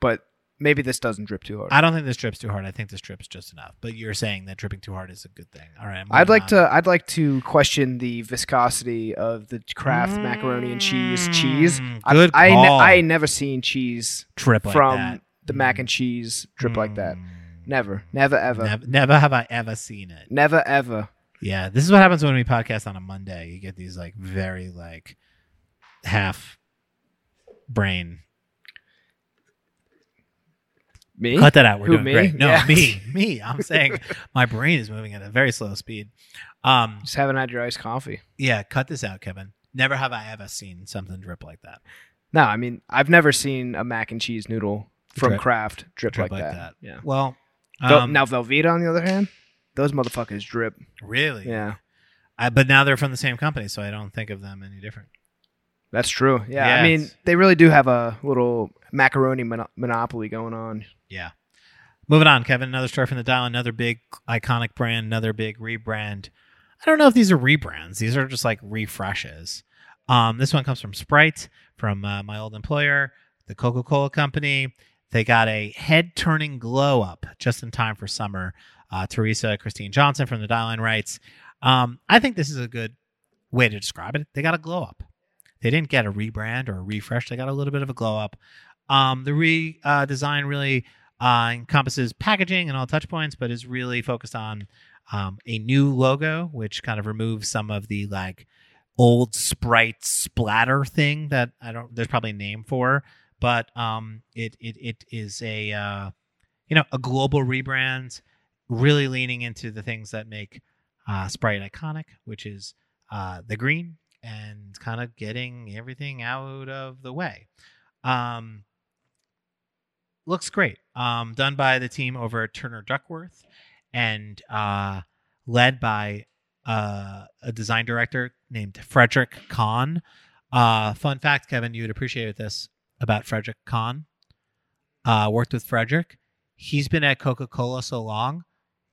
Speaker 2: But maybe this doesn't drip too hard.
Speaker 1: I don't think this drips too hard. I think this drips just enough. But you're saying that dripping too hard is a good thing. All right. I'm moving
Speaker 2: I'd like
Speaker 1: on.
Speaker 2: to I'd like to question the viscosity of the Kraft macaroni and cheese cheese.
Speaker 1: Mm,
Speaker 2: I-
Speaker 1: good
Speaker 2: I,
Speaker 1: call.
Speaker 2: I ain't never seen cheese
Speaker 1: drip like
Speaker 2: from
Speaker 1: that.
Speaker 2: the mac and cheese drip like that.
Speaker 1: Mm.
Speaker 2: Never, never ever. Never,
Speaker 1: Nev- never have I ever seen it.
Speaker 2: ever.
Speaker 1: Yeah, this is what happens when we podcast on a Monday. You get these like very like half brain.
Speaker 2: Me?
Speaker 1: Cut that out. We're
Speaker 2: Who,
Speaker 1: doing
Speaker 2: me?
Speaker 1: great. No,
Speaker 2: Yeah. <laughs>
Speaker 1: me, me. I'm saying my brain is moving at a very slow speed. Um,
Speaker 2: Just haven't had your iced coffee.
Speaker 1: yeah, cut this out, Kevin. Never have I ever seen something drip like that.
Speaker 2: No, I mean I've never seen a mac and cheese noodle from
Speaker 1: Drip-
Speaker 2: Kraft drip,
Speaker 1: drip
Speaker 2: like,
Speaker 1: like
Speaker 2: that. Yeah.
Speaker 1: Well,
Speaker 2: Vel-
Speaker 1: um,
Speaker 2: now Velveeta on the other hand, those motherfuckers drip.
Speaker 1: really,
Speaker 2: Yeah.
Speaker 1: I, but now they're from the same company, so I don't think of them any different.
Speaker 2: That's true. Yeah.
Speaker 1: Yes.
Speaker 2: I mean, they really do have a little macaroni mono- monopoly going on.
Speaker 1: Yeah. Moving on, Kevin. Another story from the dial. Another big iconic brand. Another big rebrand. I don't know if these are rebrands. These are just like refreshes. Um, this one comes from Sprite, from uh, my old employer, the Coca Cola Company. They got a head turning glow up just in time for summer. Uh, Teresa Christine Johnson from the dial in writes, um, I think this is a good way to describe it. They got a glow up. They didn't get a rebrand or a refresh. They got a little bit of a glow up. Um, the redesign uh, design really uh, encompasses packaging and all touch points, but is really focused on um, a new logo, which kind of removes some of the like old sprite splatter thing that I don't. There's probably a name for, but um, it it it is a uh, you know a global rebrand, really leaning into the things that make uh, Sprite iconic, which is uh, the green and kind of getting everything out of the way. Um, looks great. Um, done by the team over at Turner Duckworth and uh, led by uh, a design director named Frederick Kahn. Uh, fun fact, Kevin, you would appreciate this about Frederick Kahn. Uh, worked with Frederick. He's been at Coca Cola so long,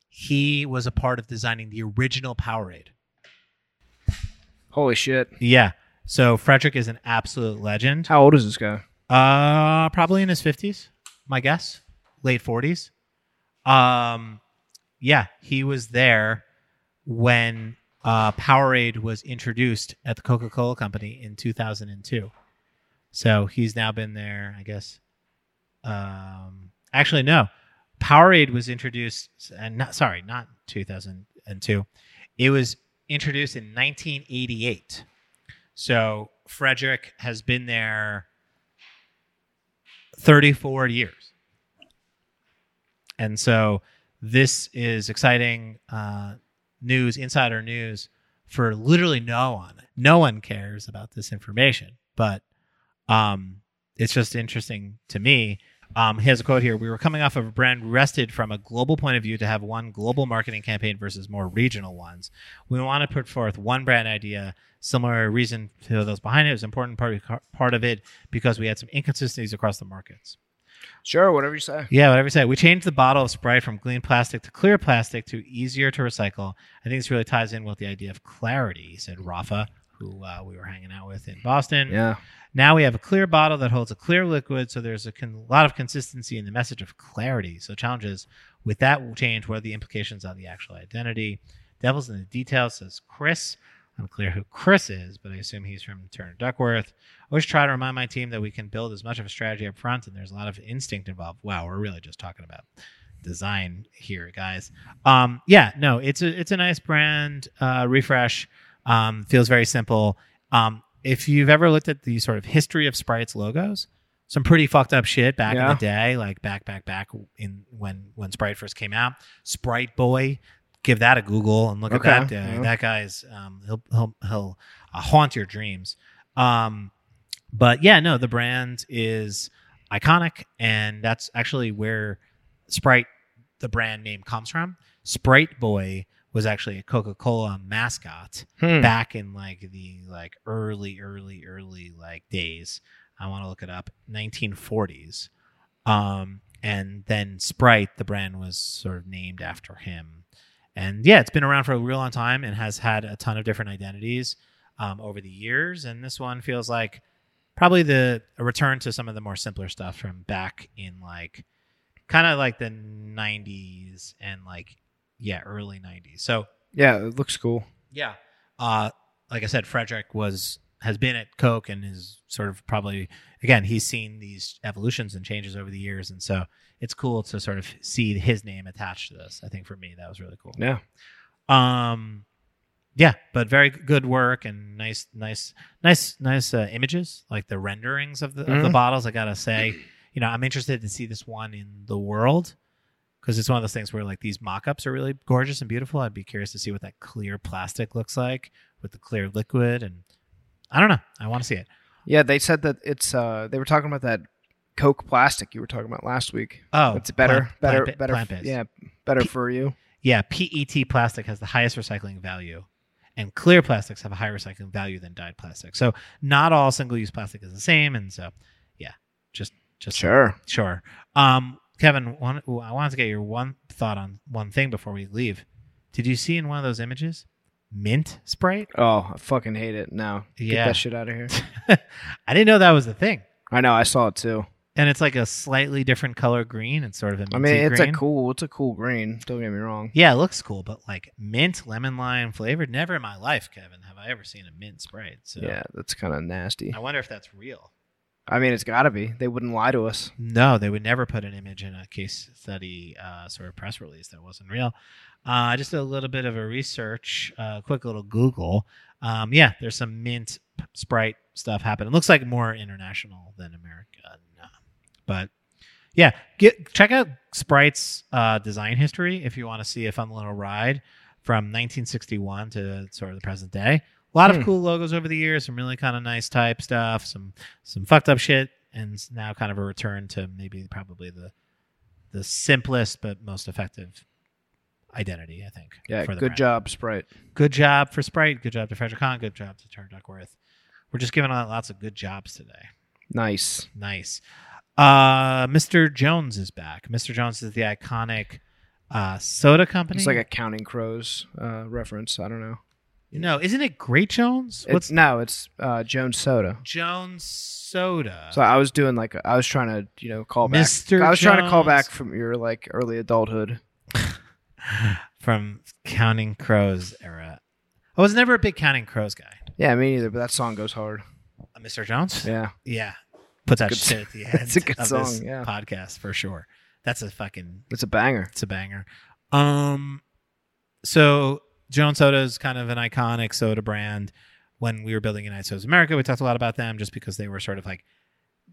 Speaker 1: he was a part of designing the original Powerade.
Speaker 2: Holy shit.
Speaker 1: Yeah. So Frederick is an absolute legend.
Speaker 2: How old is this guy?
Speaker 1: Uh, probably in his fifties, my guess, late forties. Um, yeah, he was there when uh, Powerade was introduced at the Coca Cola Company in 2002. So he's now been there, I guess. Um, actually, no, Powerade was introduced, and not sorry, not 2002. It was introduced in 1988. So Frederick has been there 34 years. And so this is exciting uh, news, insider news for literally no one. No one cares about this information, but um, it's just interesting to me. Um, he has a quote here. We were coming off of a brand rested from a global point of view to have one global marketing campaign versus more regional ones. We want to put forth one brand idea, similar reason to those behind it. It was an important part of, part of it because we had some inconsistencies across the markets.
Speaker 2: Sure, whatever you say.
Speaker 1: Yeah, whatever you say. We changed the bottle of Sprite from clean plastic to clear plastic to easier to recycle. I think this really ties in with the idea of clarity, said Rafa, who uh, we were hanging out with in Boston.
Speaker 2: Yeah.
Speaker 1: Now we have a clear bottle that holds a clear liquid, so there's a con- lot of consistency in the message of clarity. So challenges with that change. What are the implications on the actual identity? Devil's in the details, says Chris. Unclear who Chris is, but I assume he's from Turner Duckworth. I always try to remind my team that we can build as much of a strategy up front, and there's a lot of instinct involved. Wow, we're really just talking about design here, guys. Um, yeah, no, it's a it's a nice brand uh, refresh. Um, feels very simple. Um, if you've ever looked at the sort of history of Sprite's logos, some pretty fucked up shit back in
Speaker 2: Yeah.
Speaker 1: the day, like back back back in when when Sprite first came out. Sprite Boy, give that a Google and look
Speaker 2: Okay,
Speaker 1: at that guy.
Speaker 2: yeah.
Speaker 1: That guy's um, he'll he'll he'll uh, haunt your dreams. Um, but yeah, no, the brand is iconic, and that's actually where Sprite, the brand name, comes from. Sprite Boy was actually a Coca-Cola mascot
Speaker 2: Hmm.
Speaker 1: back in like the like early early early like days i want to look it up 1940s um and then sprite the brand was sort of named after him and yeah it's been around for a real long time and has had a ton of different identities um, over the years and this one feels like probably the a return to some of the more simpler stuff from back in like kind of like the 90s and like yeah early 90s so
Speaker 2: Yeah, it looks cool.
Speaker 1: yeah. Uh, like I said, Frederick was has been at Coke and is sort of probably again he's seen these evolutions and changes over the years, and so it's cool to sort of see his name attached to this. I think for me that was really cool.
Speaker 2: Yeah.
Speaker 1: Um, yeah, but very good work and nice, nice, nice, nice uh, images like the renderings of the of the
Speaker 2: Mhm.
Speaker 1: bottles. I gotta say, you know, I'm interested to see this one in the world because it's one of those things where like these mock-ups are really gorgeous and beautiful. I'd be curious to see what that clear plastic looks like with the clear liquid, and I don't know. I want to see it.
Speaker 2: Yeah, they said that it's uh they were talking about that Coke plastic you were talking about last week.
Speaker 1: Oh,
Speaker 2: it's better,
Speaker 1: plant-
Speaker 2: better,
Speaker 1: plant-
Speaker 2: better.
Speaker 1: plant-based.
Speaker 2: yeah, better for you.
Speaker 1: yeah. PET plastic has the highest recycling value, and clear plastics have a higher recycling value than dyed plastic. So not all single-use plastic is the same, and so yeah, just just
Speaker 2: Sure.
Speaker 1: Sure. Um, Kevin, one, ooh, I wanted to get your one thought on one thing before we leave. Did you see in one of those images mint Sprite?
Speaker 2: Oh, I fucking hate it. No,
Speaker 1: Yeah.
Speaker 2: get that shit out of here.
Speaker 1: <laughs> I didn't know that was a thing.
Speaker 2: I know. I saw it too.
Speaker 1: And it's like a slightly different color green and sort of a
Speaker 2: I mean,
Speaker 1: minty
Speaker 2: it's
Speaker 1: green.
Speaker 2: a cool, it's a cool green. Don't get me wrong.
Speaker 1: Yeah, it looks cool, but like mint lemon lime flavored. Never in my life, Kevin, have I ever seen a mint Sprite. So
Speaker 2: Yeah, that's kind of nasty.
Speaker 1: I wonder if that's real.
Speaker 2: I mean, it's gotta be. They wouldn't lie to us.
Speaker 1: No, they would never put an image in a case study uh, sort of press release that wasn't real. Uh, I just did a little bit of a research, uh, quick little Google. Um, yeah, there's some mint p- sprite stuff happening. It looks like more international than American, uh, but yeah, get check out Sprite's uh, design history if you want to see a fun little ride from 1961 to sort of the present day. A lot of
Speaker 2: Hmm.
Speaker 1: cool logos over the years, some really kind of nice type stuff, some some fucked up shit, and s- now kind of a return to maybe probably the the simplest but most effective identity, I think.
Speaker 2: Yeah,
Speaker 1: for
Speaker 2: good
Speaker 1: the brand.
Speaker 2: job, Sprite.
Speaker 1: Good job for Sprite. Good job to Frederick Kahn. Good job to Turner Duckworth. We're just giving out lots of good jobs today.
Speaker 2: Nice.
Speaker 1: Nice. Uh, Mr. Jones is back. Mr. Jones is the iconic uh, soda company.
Speaker 2: It's like a Counting Crows uh, reference. I don't know.
Speaker 1: no, isn't it Great Jones?
Speaker 2: It's no, it's uh, Jones Soda.
Speaker 1: Jones Soda?
Speaker 2: So I was doing like I was trying to you know call back.
Speaker 1: Mr.
Speaker 2: I was trying to call
Speaker 1: Jones.
Speaker 2: back from your like early adulthood.
Speaker 1: From Counting Crows era. I was never a big Counting Crows guy.
Speaker 2: Yeah, me neither. But that song goes hard.
Speaker 1: Uh, Mr. Jones?
Speaker 2: Yeah,
Speaker 1: Yeah. Puts out
Speaker 2: Good-
Speaker 1: shit at
Speaker 2: <laughs>
Speaker 1: the end
Speaker 2: That's a good
Speaker 1: of this
Speaker 2: song, yeah.
Speaker 1: podcast for sure. That's a fucking
Speaker 2: it's a banger.
Speaker 1: it's a banger. Um, so Jones Soda is kind of an iconic soda brand. When we were building United Sodas America, we talked a lot about them just because they were sort of like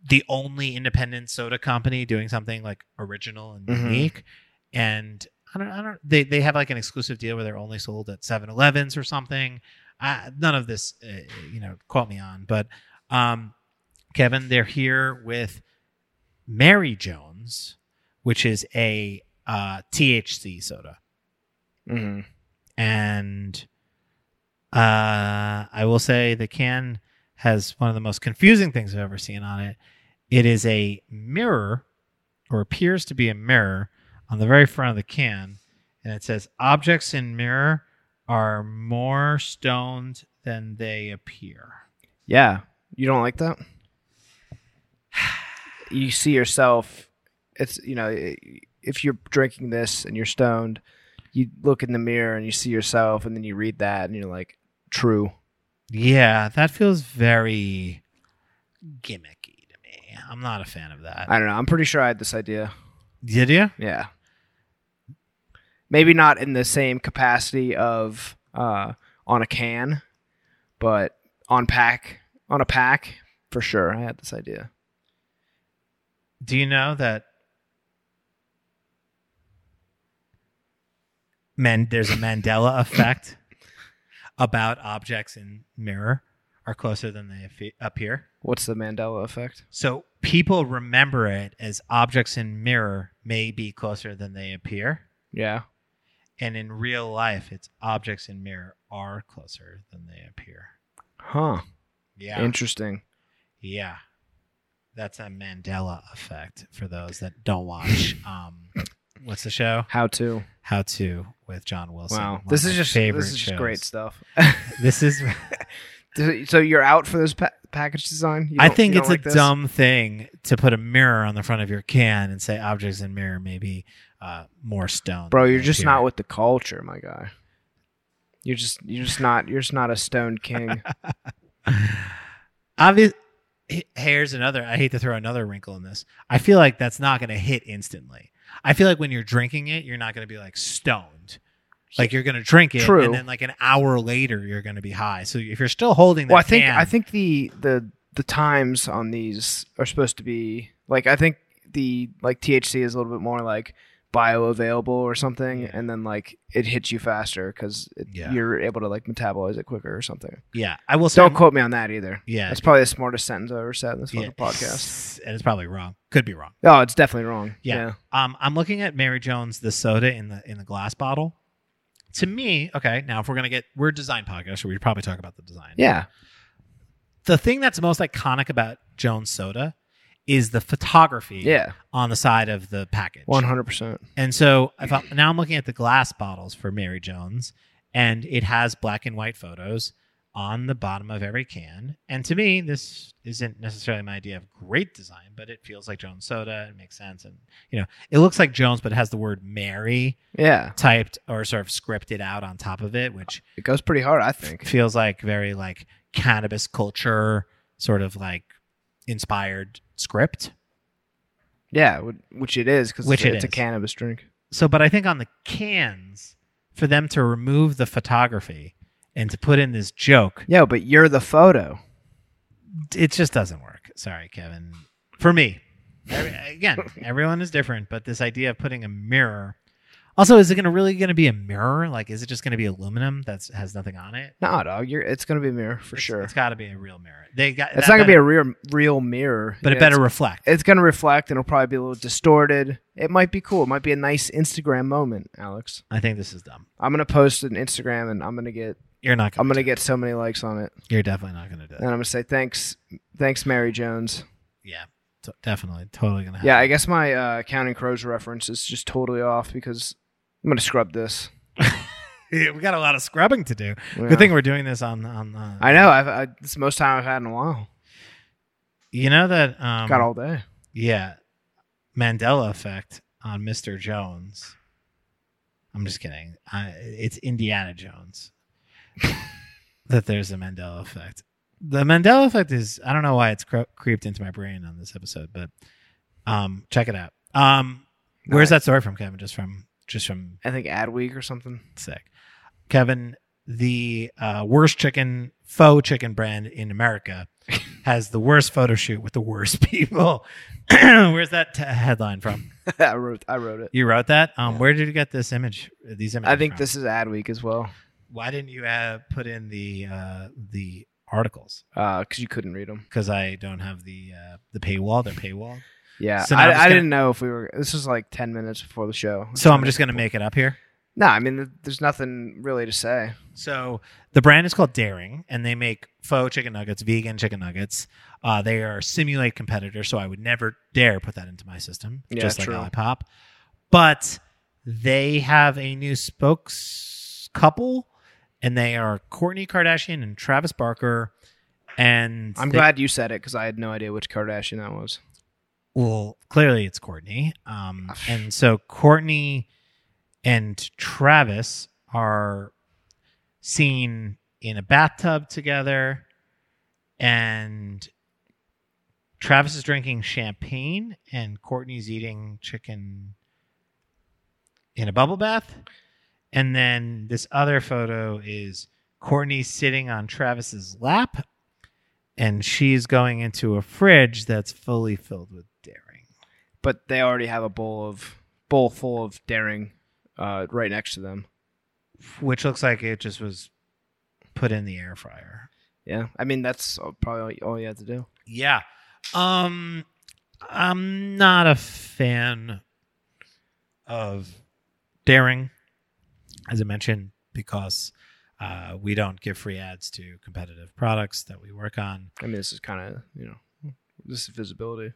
Speaker 1: the only independent soda company doing something like original and
Speaker 2: Mhm.
Speaker 1: unique. And I don't, I don't. They they have like an exclusive deal where they're only sold at 7-Elevens or something. I, none of this, uh, you know, quote me on. But um, Kevin, they're here with Mary Jones, which is a uh, THC soda.
Speaker 2: hmm
Speaker 1: And uh, I will say the can has one of the most confusing things I've ever seen on it. It is a mirror, or appears to be a mirror, on the very front of the can. And it says, Objects in mirror are more stoned than they appear.
Speaker 2: Yeah, you don't like that. You see yourself. It's you know if you're drinking this and you're stoned, you look in the mirror and you see yourself, and then you read that and you're like, true.
Speaker 1: Yeah, that feels very gimmicky to me. I'm not a fan of that.
Speaker 2: I don't know. I'm pretty sure I had this idea.
Speaker 1: Did you?
Speaker 2: Yeah. Maybe not in the same capacity of uh, on a can, but on pack on a pack for sure. I had this idea.
Speaker 1: Do you know that? Men, there's a Mandela effect about objects in mirror are closer than they appe- appear.
Speaker 2: What's the Mandela effect?
Speaker 1: So people remember it as objects in mirror may be closer than they appear.
Speaker 2: Yeah.
Speaker 1: and in real life, its objects in mirror are closer than they appear.
Speaker 2: Huh.
Speaker 1: Yeah,
Speaker 2: Interesting.
Speaker 1: yeah, that's a Mandela effect for those that don't watch. Um, what's the show?
Speaker 2: How to?
Speaker 1: How to with John Wilson.
Speaker 2: Wow.
Speaker 1: One
Speaker 2: This
Speaker 1: of
Speaker 2: is
Speaker 1: my
Speaker 2: just
Speaker 1: favorite
Speaker 2: this is just
Speaker 1: shows.
Speaker 2: great stuff. <laughs>
Speaker 1: This is.
Speaker 2: so you're out for this pa- package design?
Speaker 1: <laughs>
Speaker 2: You
Speaker 1: I
Speaker 2: don't-
Speaker 1: think
Speaker 2: you
Speaker 1: it's
Speaker 2: don't like
Speaker 1: a
Speaker 2: this?
Speaker 1: dumb thing to put a mirror on the front of your can and say objects in mirror may be uh, more stone.
Speaker 2: Bro,
Speaker 1: than
Speaker 2: you're
Speaker 1: they
Speaker 2: just
Speaker 1: appear.
Speaker 2: not with the culture, my guy. You're just you're just not you're just not a stone king.
Speaker 1: Obvious. he- Here's another. I hate to throw another wrinkle in this. I feel like that's not going to hit instantly. I feel like when you're drinking it, you're not going to be like stoned. <laughs> Like you're going to drink it,
Speaker 2: True.
Speaker 1: and then like an hour later, you're going to be high. So if you're still holding that,
Speaker 2: well, I think
Speaker 1: can-
Speaker 2: I think the the the times on these are supposed to be like I think the like THC is a little bit more like bioavailable or something,
Speaker 1: Yeah.
Speaker 2: and then like it hits you faster because
Speaker 1: Yeah.
Speaker 2: you're able to like metabolize it quicker or something.
Speaker 1: yeah, I will say,
Speaker 2: Don't quote me on that either.
Speaker 1: yeah,
Speaker 2: That's probably the smartest sentence I've ever said in this fucking
Speaker 1: yeah, <laughs>
Speaker 2: podcast.
Speaker 1: and it's probably wrong. Could be wrong.
Speaker 2: Oh, it's definitely wrong.
Speaker 1: Yeah. Um, I'm looking at Mary Jones the soda in the in the glass bottle. To me, okay, now if we're gonna get we're a design podcast, so we should probably talk about the design.
Speaker 2: Yeah.
Speaker 1: The thing that's most iconic about Jones soda is the photography
Speaker 2: Yeah.
Speaker 1: on the side of the package.
Speaker 2: One hundred percent.
Speaker 1: And so if I, now I'm looking at the glass bottles for Mary Jones, and it has black and white photos on the bottom of every can. And to me, this isn't necessarily my idea of great design, but it feels like Jones Soda. It makes sense, and you know, it looks like Jones, but it has the word Mary
Speaker 2: Yeah.
Speaker 1: typed or sort of scripted out on top of it, which
Speaker 2: It goes pretty hard, I
Speaker 1: <laughs>
Speaker 2: think.
Speaker 1: feels like very like cannabis culture sort of like inspired script.
Speaker 2: Yeah, wh- which it is because
Speaker 1: Which
Speaker 2: it's,
Speaker 1: it
Speaker 2: it's a
Speaker 1: is.
Speaker 2: cannabis drink.
Speaker 1: So, but I think on the cans, for them to remove the photography and to put in this joke,
Speaker 2: Yeah, but you're the photo.
Speaker 1: it just doesn't work. Sorry, Kevin. For me, Every-
Speaker 2: <laughs>
Speaker 1: again, everyone is different, but this idea of putting a mirror. Also, is it going to really going to be a mirror? Like, is it just going to be aluminum that has nothing on it?
Speaker 2: Nah, dog. You're, it's gonna be a mirror for sure.
Speaker 1: it's
Speaker 2: It's,
Speaker 1: got to be a real mirror. They got
Speaker 2: not gonna be
Speaker 1: a
Speaker 2: a real real mirror,
Speaker 1: but
Speaker 2: Yeah,
Speaker 1: it better reflect.
Speaker 2: It's, it's gonna reflect, and it'll probably be a little distorted. It might be cool. It might be a nice Instagram moment, Alex.
Speaker 1: I think this is dumb.
Speaker 2: I'm gonna post an Instagram, and I'm gonna get
Speaker 1: You're not. Gonna
Speaker 2: I'm gonna
Speaker 1: do
Speaker 2: get so many likes on it,
Speaker 1: it. You're definitely not going to do
Speaker 2: and
Speaker 1: that.
Speaker 2: I'm gonna say thanks, thanks Mary Jones.
Speaker 1: Yeah, t- definitely, totally going to.
Speaker 2: Yeah, I guess my uh, Counting Crows reference is just totally off because I'm gonna scrub this.
Speaker 1: <laughs> we got a lot of scrubbing to do.
Speaker 2: Yeah.
Speaker 1: Good thing we're doing this on on. Uh,
Speaker 2: I know. I've, I, it's the most time I've had in a while.
Speaker 1: You know that um
Speaker 2: Got all day.
Speaker 1: yeah Mandela effect on Mr. Jones. I'm just kidding. I, it's Indiana
Speaker 2: <laughs>
Speaker 1: Jones that there's a Mandela effect. The Mandela effect is I don't know why it's cre- creeped into my brain on this episode, but um check it out. Um where's that story from Kevin? Just from just from
Speaker 2: I think Adweek or something. <laughs>
Speaker 1: sick. Kevin, the uh, worst chicken, faux chicken brand in
Speaker 2: <laughs>
Speaker 1: America, has the worst photo shoot with the worst people. <clears throat> Where's that t- headline from?
Speaker 2: I wrote. I wrote it.
Speaker 1: You wrote that. Um,
Speaker 2: Yeah.
Speaker 1: Where did you get this image? These images.
Speaker 2: I think
Speaker 1: from?
Speaker 2: this is Adweek as well
Speaker 1: Why didn't you uh, put in the uh, the articles?
Speaker 2: because uh, you couldn't read them.
Speaker 1: Because I don't have the uh, the paywall. They're paywall.
Speaker 2: Yeah,
Speaker 1: So now
Speaker 2: I,
Speaker 1: I'm just
Speaker 2: I
Speaker 1: gonna-
Speaker 2: didn't know if we were. This was like ten minutes before the show.
Speaker 1: So I'm just gonna make it up here.
Speaker 2: No, I mean, th- there's nothing really to say.
Speaker 1: So the brand is called Daring, and they make faux chicken nuggets, vegan chicken nuggets. Uh, they are simulate competitors, so I would never dare put that into my system,
Speaker 2: Yeah,
Speaker 1: just like
Speaker 2: true.
Speaker 1: Lollipop. But they have a new spokes couple, and they are Courtney Kardashian and Travis Barker. And
Speaker 2: I'm
Speaker 1: they-
Speaker 2: glad you said it because I had no idea which Kardashian that was.
Speaker 1: Well, clearly it's Courtney. Um, and so Courtney and Travis are seen in a bathtub together, and Travis is drinking champagne, and Courtney's eating chicken in a bubble bath. And then this other photo is Courtney sitting on Travis's lap, and she's going into a fridge that's fully filled with daring.
Speaker 2: But they already have a bowl of bowl full of daring uh, right next to them.
Speaker 1: which looks like it just was put in the air fryer.
Speaker 2: Yeah, I mean that's probably all you have to do.
Speaker 1: Yeah. Um I'm not a fan of daring. as I mentioned, because uh, we don't give free ads to competitive products that we work on.
Speaker 2: I mean, this is kind of you know, this is visibility.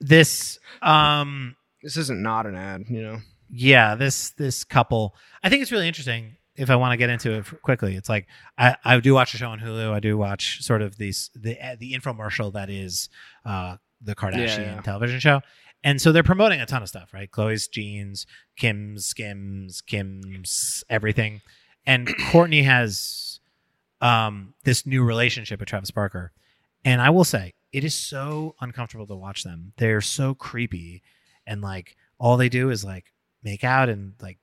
Speaker 1: This, um,
Speaker 2: This isn't not an ad, you know.
Speaker 1: yeah, this this couple, I think it's really interesting. If I want to get into it quickly, it's like I, I do watch a show on Hulu. I do watch sort of these the the infomercial that is uh, the Kardashian
Speaker 2: Yeah, yeah.
Speaker 1: television show, and so they're promoting a ton of stuff, right? Chloe's jeans, Kim's skims, Kim's everything,
Speaker 2: <clears throat>
Speaker 1: and Courtney has um, this new relationship with Travis Barker, and I will say it is so uncomfortable to watch them. They're so creepy, and like all they do is like make out and like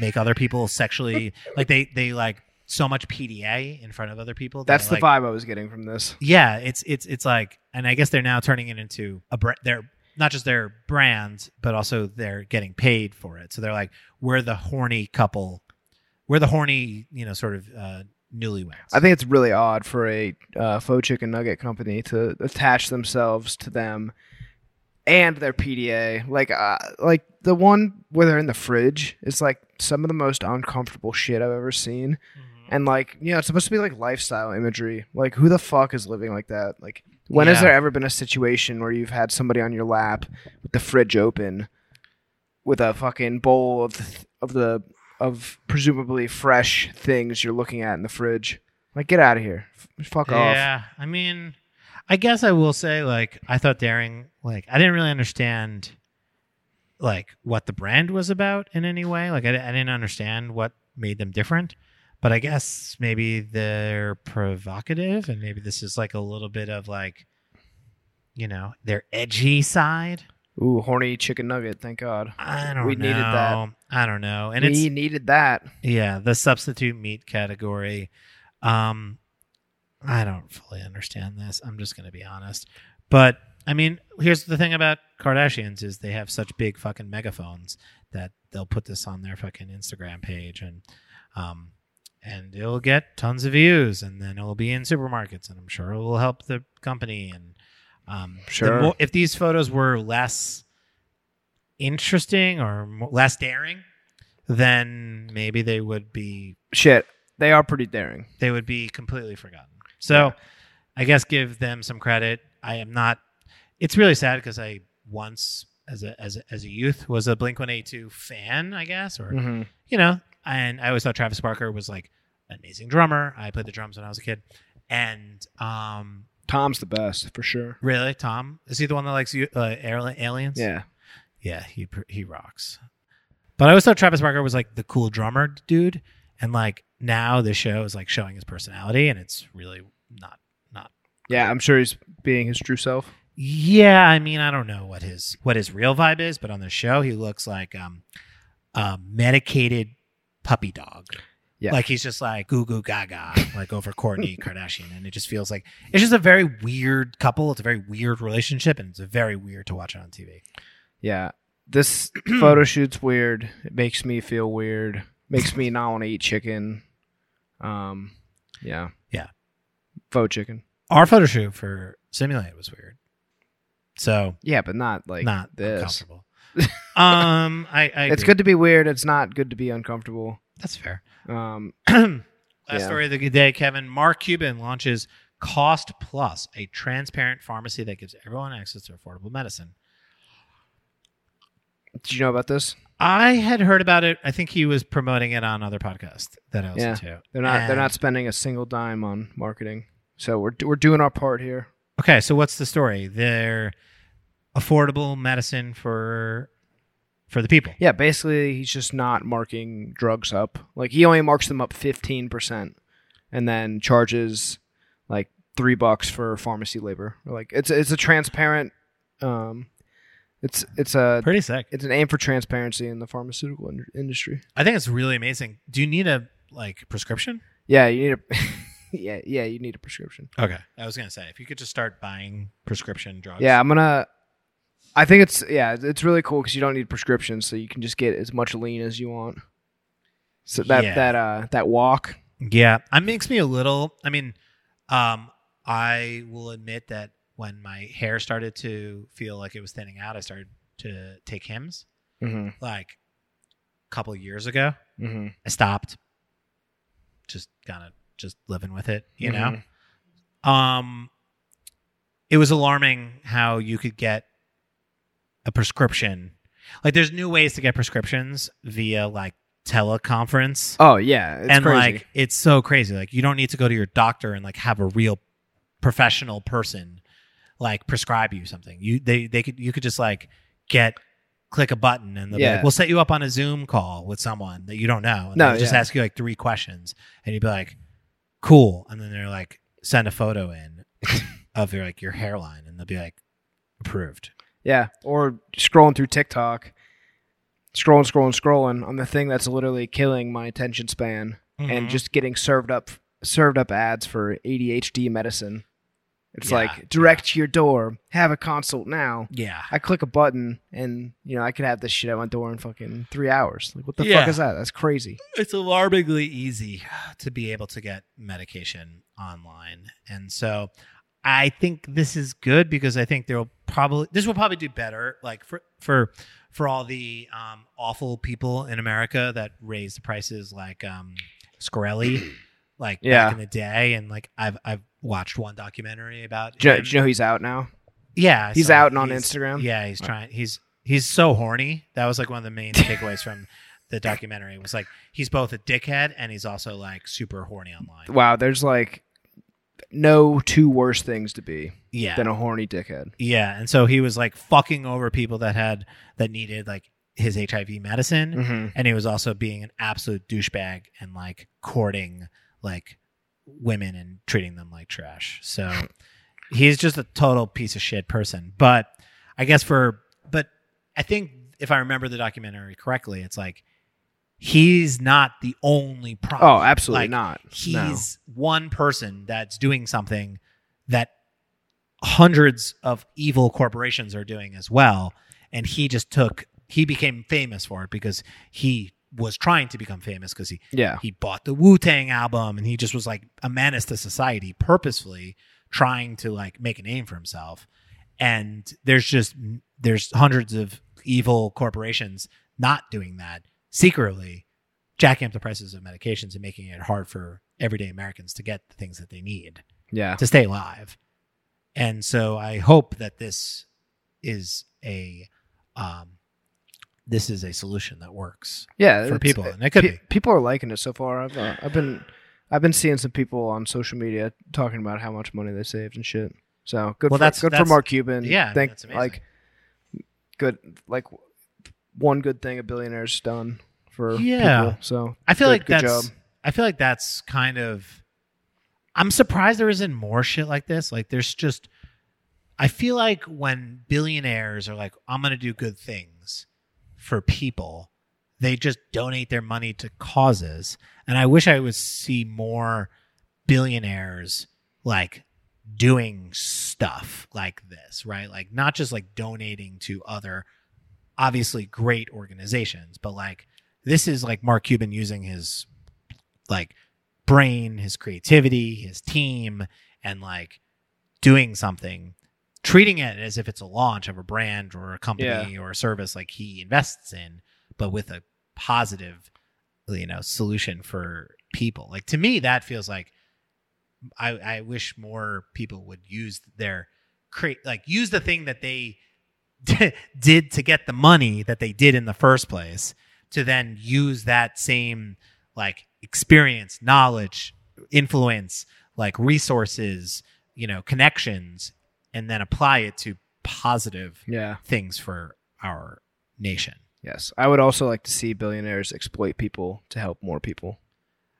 Speaker 1: make other
Speaker 2: <laughs>
Speaker 1: people sexually like they they like so much PDA in front of other people. that,
Speaker 2: That's the
Speaker 1: like,
Speaker 2: vibe I was getting from this.
Speaker 1: Yeah, it's it's it's like, and I guess they're now turning it into a brand. They're not just their brand, but also they're getting paid for it. So they're like, we're the horny couple, we're the horny, you know, sort of uh, newlyweds.
Speaker 2: I think it's really odd for a uh, faux chicken nugget company to attach themselves to them and their PDA. Like, uh, like the one where they're in the fridge is like some of the most uncomfortable shit I've ever seen. And like, you know, it's supposed to be like lifestyle imagery. Like, who the fuck is living like that? Like, when has
Speaker 1: Yeah.
Speaker 2: there ever been a situation where you've had somebody on your lap with the fridge open, with a fucking bowl of the, of the of presumably fresh things you're looking at in the fridge? Like, get out of here. F- fuck off.
Speaker 1: Yeah, I mean, I guess I will say like I thought Daring like I didn't really understand like what the brand was about in any way. Like I, di- I didn't understand what made them different. But I guess maybe they're provocative, and maybe this is like a little bit of like, you know, their edgy side.
Speaker 2: Ooh, horny chicken nugget. Thank God.
Speaker 1: I don't
Speaker 2: We
Speaker 1: know.
Speaker 2: needed that.
Speaker 1: I don't know. And
Speaker 2: we
Speaker 1: it's
Speaker 2: needed that.
Speaker 1: yeah, the substitute meat category. Um I don't fully understand this. I'm just going to be honest. But I mean, here's the thing about Kardashians is they have such big fucking megaphones that they'll put this on their fucking Instagram page and um and it'll get tons of views and then it'll be in supermarkets and I'm sure it will help the company and um the
Speaker 2: Sure.
Speaker 1: mo- if these photos were less interesting or mo- less daring then maybe they would be
Speaker 2: Shit, they are pretty daring.
Speaker 1: they would be completely forgotten. So I guess give them some credit. I am not it's really sad because I once as a as a, as a youth was a Blink-182 fan, I guess, or
Speaker 2: Mm-hmm.
Speaker 1: you know, and I always thought Travis Barker was like an amazing drummer. I played the drums when I was a kid. And um
Speaker 2: Tom's the best for sure.
Speaker 1: really Tom, is he the one that likes you uh, airli- aliens?
Speaker 2: Yeah.
Speaker 1: Yeah, he pr- he rocks. But I always thought Travis Barker was like the cool drummer dude, and like now the show is like showing his personality, and it's really not.
Speaker 2: Yeah, I'm sure he's being his true self.
Speaker 1: Yeah, I mean, I don't know what his what his real vibe is, but on the show he looks like um, a medicated puppy dog.
Speaker 2: Yeah.
Speaker 1: like he's just like goo goo gaga, like over
Speaker 2: <laughs>
Speaker 1: Courtney Kardashian, and it just feels like it's just a very weird couple. It's a very weird relationship, and it's very weird to watch it on TV.
Speaker 2: Yeah.
Speaker 1: <clears throat>
Speaker 2: This photo shoot's weird. It makes me feel weird. Makes me not want to eat chicken. Um, yeah.
Speaker 1: Yeah.
Speaker 2: Faux chicken.
Speaker 1: Our photo shoot for Simulate was weird, so
Speaker 2: Yeah, but not like
Speaker 1: not
Speaker 2: this.
Speaker 1: uncomfortable. um, I, I
Speaker 2: It's
Speaker 1: agree.
Speaker 2: good to be weird. It's not good to be uncomfortable.
Speaker 1: That's fair.
Speaker 2: Um,
Speaker 1: <clears throat> Last
Speaker 2: Yeah.
Speaker 1: story of the day, Kevin. Mark Cuban launches Cost Plus, a transparent pharmacy that gives everyone access to affordable medicine.
Speaker 2: did you know about this?
Speaker 1: I had heard about it. I think he was promoting it on other podcasts that I listened to.
Speaker 2: They're not. They're
Speaker 1: And-
Speaker 2: not spending a single dime on marketing. So we're we're doing our part here.
Speaker 1: Okay, so what's the story? They're affordable medicine for for the people.
Speaker 2: Yeah, basically he's just not marking drugs up. Like he only marks them up fifteen percent, and then charges like three bucks for pharmacy labor. Like it's it's a transparent. Um, it's it's a
Speaker 1: Pretty sick.
Speaker 2: it's an aim for transparency in the pharmaceutical in- industry.
Speaker 1: I think it's really amazing. Do you need a like prescription?
Speaker 2: Yeah, you need a <laughs> yeah yeah you need a prescription.
Speaker 1: Okay. I was gonna say if you could just start buying prescription drugs.
Speaker 2: Yeah, I'm gonna. I think it's yeah, it's- it's really cool because you don't need prescriptions, so you can just get as much lean as you want. So that
Speaker 1: Yeah.
Speaker 2: that uh that walk.
Speaker 1: Yeah, it makes me a little. I mean, um, I will admit that when my hair started to feel like it was thinning out, I started to take hymns.
Speaker 2: Mm-hmm.
Speaker 1: Like, couple years ago.
Speaker 2: Mm-hmm.
Speaker 1: I stopped. Just kind of just living with it, you
Speaker 2: Mhm.
Speaker 1: know. Um, it was alarming how you could get a prescription. Like, there's new ways to get prescriptions via like teleconference,
Speaker 2: Oh yeah, it's
Speaker 1: and
Speaker 2: crazy.
Speaker 1: like it's so crazy. Like, you don't need to go to your doctor and like have a real professional person like prescribe you something. You they they could you could just like get click a button and they'll be
Speaker 2: Yeah.
Speaker 1: like, we'll set you up on a Zoom call with someone that you don't know. And
Speaker 2: No,
Speaker 1: they'll just
Speaker 2: yeah.
Speaker 1: ask you like three questions and you'd be like, cool. And then they're like, send a photo
Speaker 2: <laughs>
Speaker 1: in of your like your hairline and they'll be like, approved.
Speaker 2: yeah, or scrolling through TikTok, scrolling, scrolling, scrolling on the thing that's literally killing my attention span, and
Speaker 1: Mhm.
Speaker 2: just getting served up, served up ads for ADHD medicine. It's
Speaker 1: Yeah,
Speaker 2: like direct to your door. Have a consult now.
Speaker 1: yeah.
Speaker 2: I click a button, and you know I could have this shit at my door in fucking three hours. Like, what the
Speaker 1: Yeah.
Speaker 2: fuck is that? That's crazy.
Speaker 1: it's alarmingly easy to be able to get medication online. And so I think this is good because I think there will probably this will probably do better like for for for all the um, awful people in America that raised the prices like um Scarelli like
Speaker 2: Yeah.
Speaker 1: back in the day and like I've I've watched one documentary about
Speaker 2: Do you,
Speaker 1: him.
Speaker 2: do you know he's out now?
Speaker 1: Yeah, I
Speaker 2: He's
Speaker 1: saw
Speaker 2: out
Speaker 1: it.
Speaker 2: and on
Speaker 1: He's-
Speaker 2: Instagram?
Speaker 1: Yeah, he's trying. He's he's so horny. That was like one of the
Speaker 2: <laughs>
Speaker 1: main takeaways from the documentary. It was like he's both a dickhead and he's also like super horny online.
Speaker 2: Wow, there's like no two worse things to be
Speaker 1: Yeah,
Speaker 2: than a horny dickhead.
Speaker 1: yeah. And so he was like fucking over people that had that needed like his HIV medicine,
Speaker 2: Mm-hmm.
Speaker 1: and he was also being an absolute douchebag and like courting like women and treating them like trash.
Speaker 2: <laughs>
Speaker 1: So he's just a total piece of shit person. But I guess for but I think if I remember the documentary correctly, it's like he's not the only problem.
Speaker 2: Oh, absolutely
Speaker 1: Like,
Speaker 2: not. No.
Speaker 1: He's one person that's doing something that hundreds of evil corporations are doing as well. And he just took, he became famous for it because he was trying to become famous because he,
Speaker 2: Yeah.
Speaker 1: he bought the Wu Tang album and he just was like a menace to society purposefully trying to like make a name for himself. And there's just, there's hundreds of evil corporations not doing that secretly, jacking up the prices of medications and making it hard for everyday Americans to get the things that they need
Speaker 2: Yeah.
Speaker 1: to stay alive. And so I hope that this is a um, this is a solution that works
Speaker 2: Yeah.
Speaker 1: for
Speaker 2: it's-
Speaker 1: people, and it could
Speaker 2: pe-
Speaker 1: be.
Speaker 2: People are liking it so far. I've, uh, I've been I've been seeing some people on social media talking about how much money they saved and shit. So good.
Speaker 1: Well,
Speaker 2: for,
Speaker 1: that's-
Speaker 2: good
Speaker 1: that's-
Speaker 2: for Mark Cuban.
Speaker 1: yeah, I mean,
Speaker 2: Thank,
Speaker 1: that's amazing.
Speaker 2: Like good. Like one good thing a billionaire's done for
Speaker 1: Yeah.
Speaker 2: people. So
Speaker 1: I feel
Speaker 2: good-
Speaker 1: like
Speaker 2: good
Speaker 1: that's
Speaker 2: job.
Speaker 1: I feel like that's kind of I'm surprised there isn't more shit like this. Like there's just I feel like when billionaires are like I'm going to do good things for people, they just donate their money to causes. And I wish I would see more billionaires like doing stuff like this, right? Like not just like donating to other obviously great organizations, but like this is like Mark Cuban using his like brain, his creativity, his team, and like doing something, treating it as if it's a launch of a brand or a company or a service like he invests in, but with a positive, you know, solution for people. Like to me, that feels like I, I wish more people would use their create like use the thing that they did to get the money that they did in the first place to then use that same like experience, knowledge, influence, like resources, you know, connections, and then apply it to positive
Speaker 2: yeah.
Speaker 1: things for our nation.
Speaker 2: Yes, I would also like to see billionaires exploit people to help more people.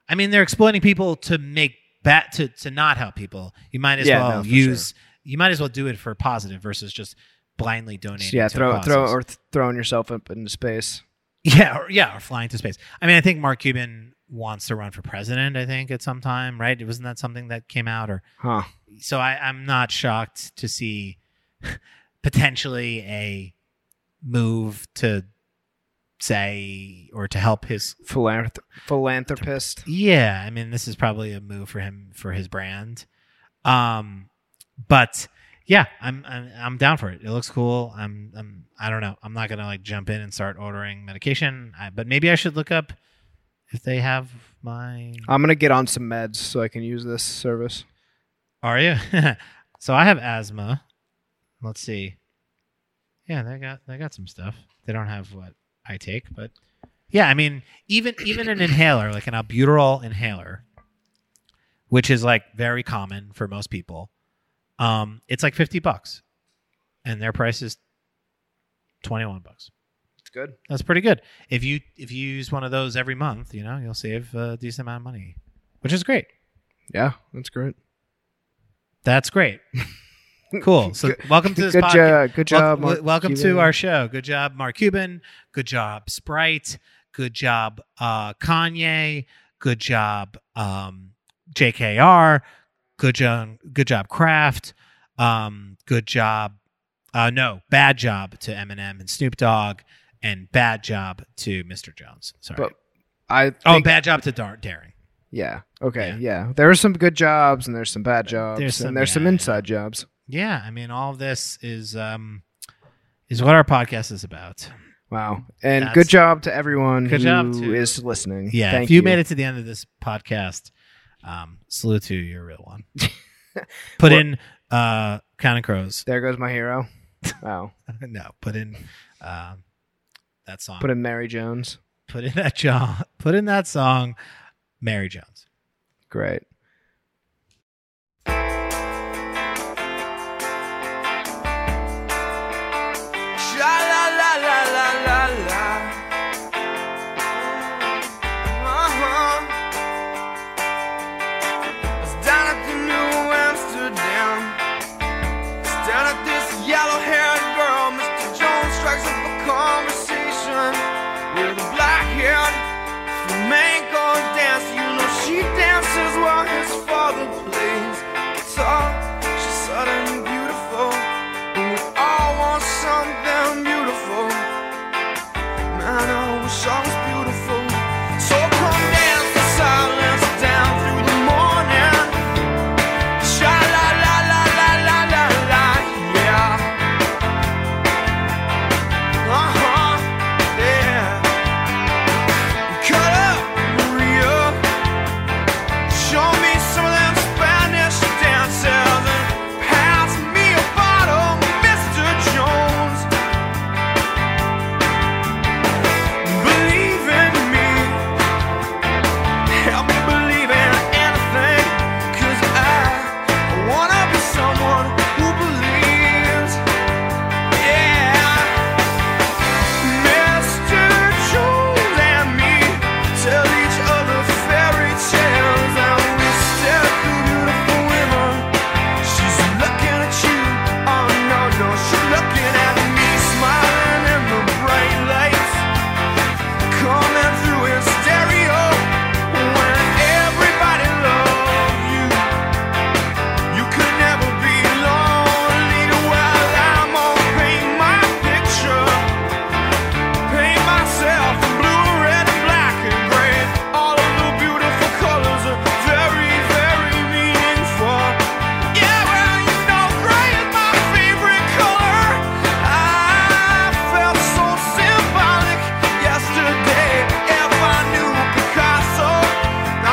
Speaker 1: I mean, they're exploiting people to make bat to to not help people. You might as
Speaker 2: Yeah,
Speaker 1: well
Speaker 2: no, for
Speaker 1: use. You might as well do it for positive versus just blindly donating.
Speaker 2: Just, yeah,
Speaker 1: to
Speaker 2: throw
Speaker 1: causes.
Speaker 2: throw or th- throwing yourself up into space.
Speaker 1: Yeah, or, yeah, or flying to space. I mean, I think Mark Cuban wants to run for president. I think at some time, right? Wasn't that something that came out or
Speaker 2: Huh.
Speaker 1: so I, I'm not shocked to see <laughs> potentially a move to say or to help his.
Speaker 2: Philanth- philanthropist.
Speaker 1: Yeah, I mean, this is probably a move for him for his brand. Um, but yeah, I'm, I'm I'm down for it. It looks cool. I'm I'm I don't know. I'm not gonna like jump in and start ordering medication, I, but maybe I should look up if they have my.
Speaker 2: I'm gonna get on some meds so I can use this service.
Speaker 1: Are you? <laughs> so I have asthma. Let's see. Yeah, they got they got some stuff. They don't have what I take, but yeah, I mean, even even an inhaler, like an albuterol inhaler, which is like very common for most people. Um, it's like fifty bucks, and their price is twenty one bucks.
Speaker 2: It's good.
Speaker 1: That's pretty good. If you if you use one of those every month, you know you'll save a decent amount of money, which is great.
Speaker 2: Yeah, that's great.
Speaker 1: That's
Speaker 2: <laughs>
Speaker 1: great. Cool. So welcome to this
Speaker 2: good
Speaker 1: podcast.
Speaker 2: job. Good
Speaker 1: Wel-
Speaker 2: job.
Speaker 1: wel-
Speaker 2: Mark
Speaker 1: welcome
Speaker 2: Cuban.
Speaker 1: to our show. Good job, Mark Cuban. Good job, Sprite. Good job, uh, Kanye. Good job, um, JKR. Good job. Good job, Kraft. Um, good job. Uh, no, bad job to Eminem and Snoop Dogg, and bad job to Mr. Jones. Sorry.
Speaker 2: But I think,
Speaker 1: oh, bad job to Dar- Darren.
Speaker 2: Yeah. Okay.
Speaker 1: Yeah.
Speaker 2: Yeah. There are some good jobs and there's some bad jobs
Speaker 1: There's some-
Speaker 2: and there's some
Speaker 1: yeah.
Speaker 2: inside jobs.
Speaker 1: Yeah, I mean, all of this is um, is what our podcast is about.
Speaker 2: Wow. And
Speaker 1: That's-
Speaker 2: good job to everyone who
Speaker 1: Good
Speaker 2: is
Speaker 1: job to-
Speaker 2: listening.
Speaker 1: Yeah,
Speaker 2: Thank
Speaker 1: if you, made it to the end of this podcast, um, salute to your real
Speaker 2: <laughs>
Speaker 1: one. put in uh Counting Crows. <laughs>
Speaker 2: There goes my hero. Wow.
Speaker 1: no, put in um that song.
Speaker 2: Put in Mary Jones.
Speaker 1: Put in that <laughs> job. Put in that song, Mary Jones.
Speaker 2: Great.
Speaker 4: Sha la la la la la la. Uh-huh. I was down at the New Amsterdam. Staring at this yellow-haired girl. Mr. Jones strikes up a conversation with a black-haired flamenco dancer. You know she dances while his father plays guitar. She's sudden and beautiful. And we all want something beautiful. Man, I wish I was beautiful. So come dance the silence down through the morning. Sha la la la la la la la, yeah. Uh huh, yeah. Cut up, Maria. Show me some of them Spanish dances and pass me a bottle, Mr. Jones. Believe in me. Help me believe in anything. 'Cause I wanna be someone who believes. Yeah. Mr. Jones and me tell each other fairy tales, and we stare through beautiful women. She's looking at you, oh no no, she's looking at me, smiling in the bright lights, coming through in stereo. When everybody loves you, you could never be lonely. While I'm on paint my picture. Paint myself in blue, red, and black and gray. All of the beautiful colors are very, very meaningful. Yeah, well, you know, gray is my favorite color. I felt so symbolic yesterday. If I knew Picasso,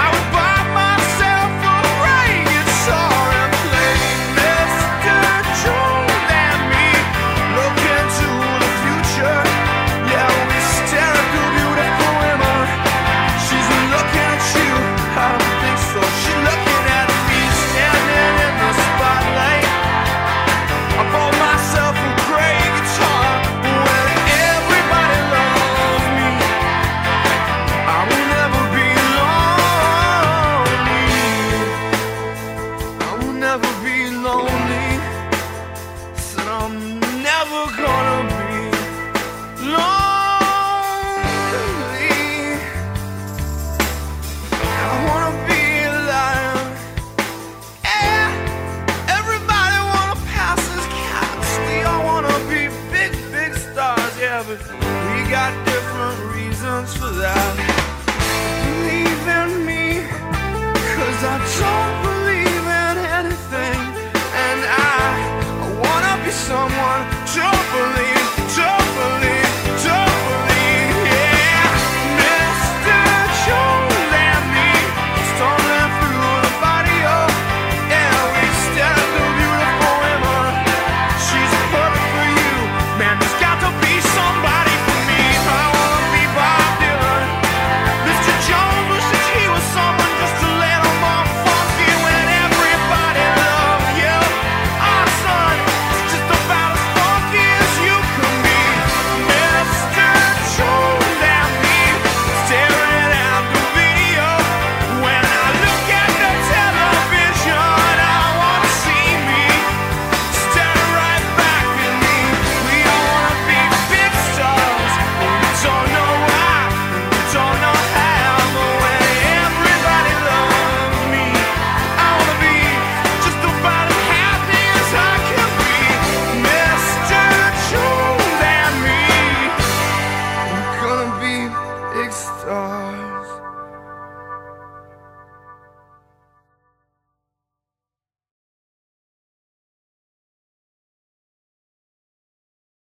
Speaker 4: I would buy myself a gray guitar and play Mr. Jones and me. Look into the future. Yeah, we stare at the beautiful women. She's looking at you. I don't think so. She's looking at me, standing in the spotlight. I bought myself a gray guitar. When everybody loves me, I will never be lonely. I will never be lonely. Said I'm never gonna be lonely. I wanna be alive. Yeah, everybody wanna pass as cats. They all wanna be big, big stars. Yeah, but we got different reasons for that. Believe in me, 'cause I don't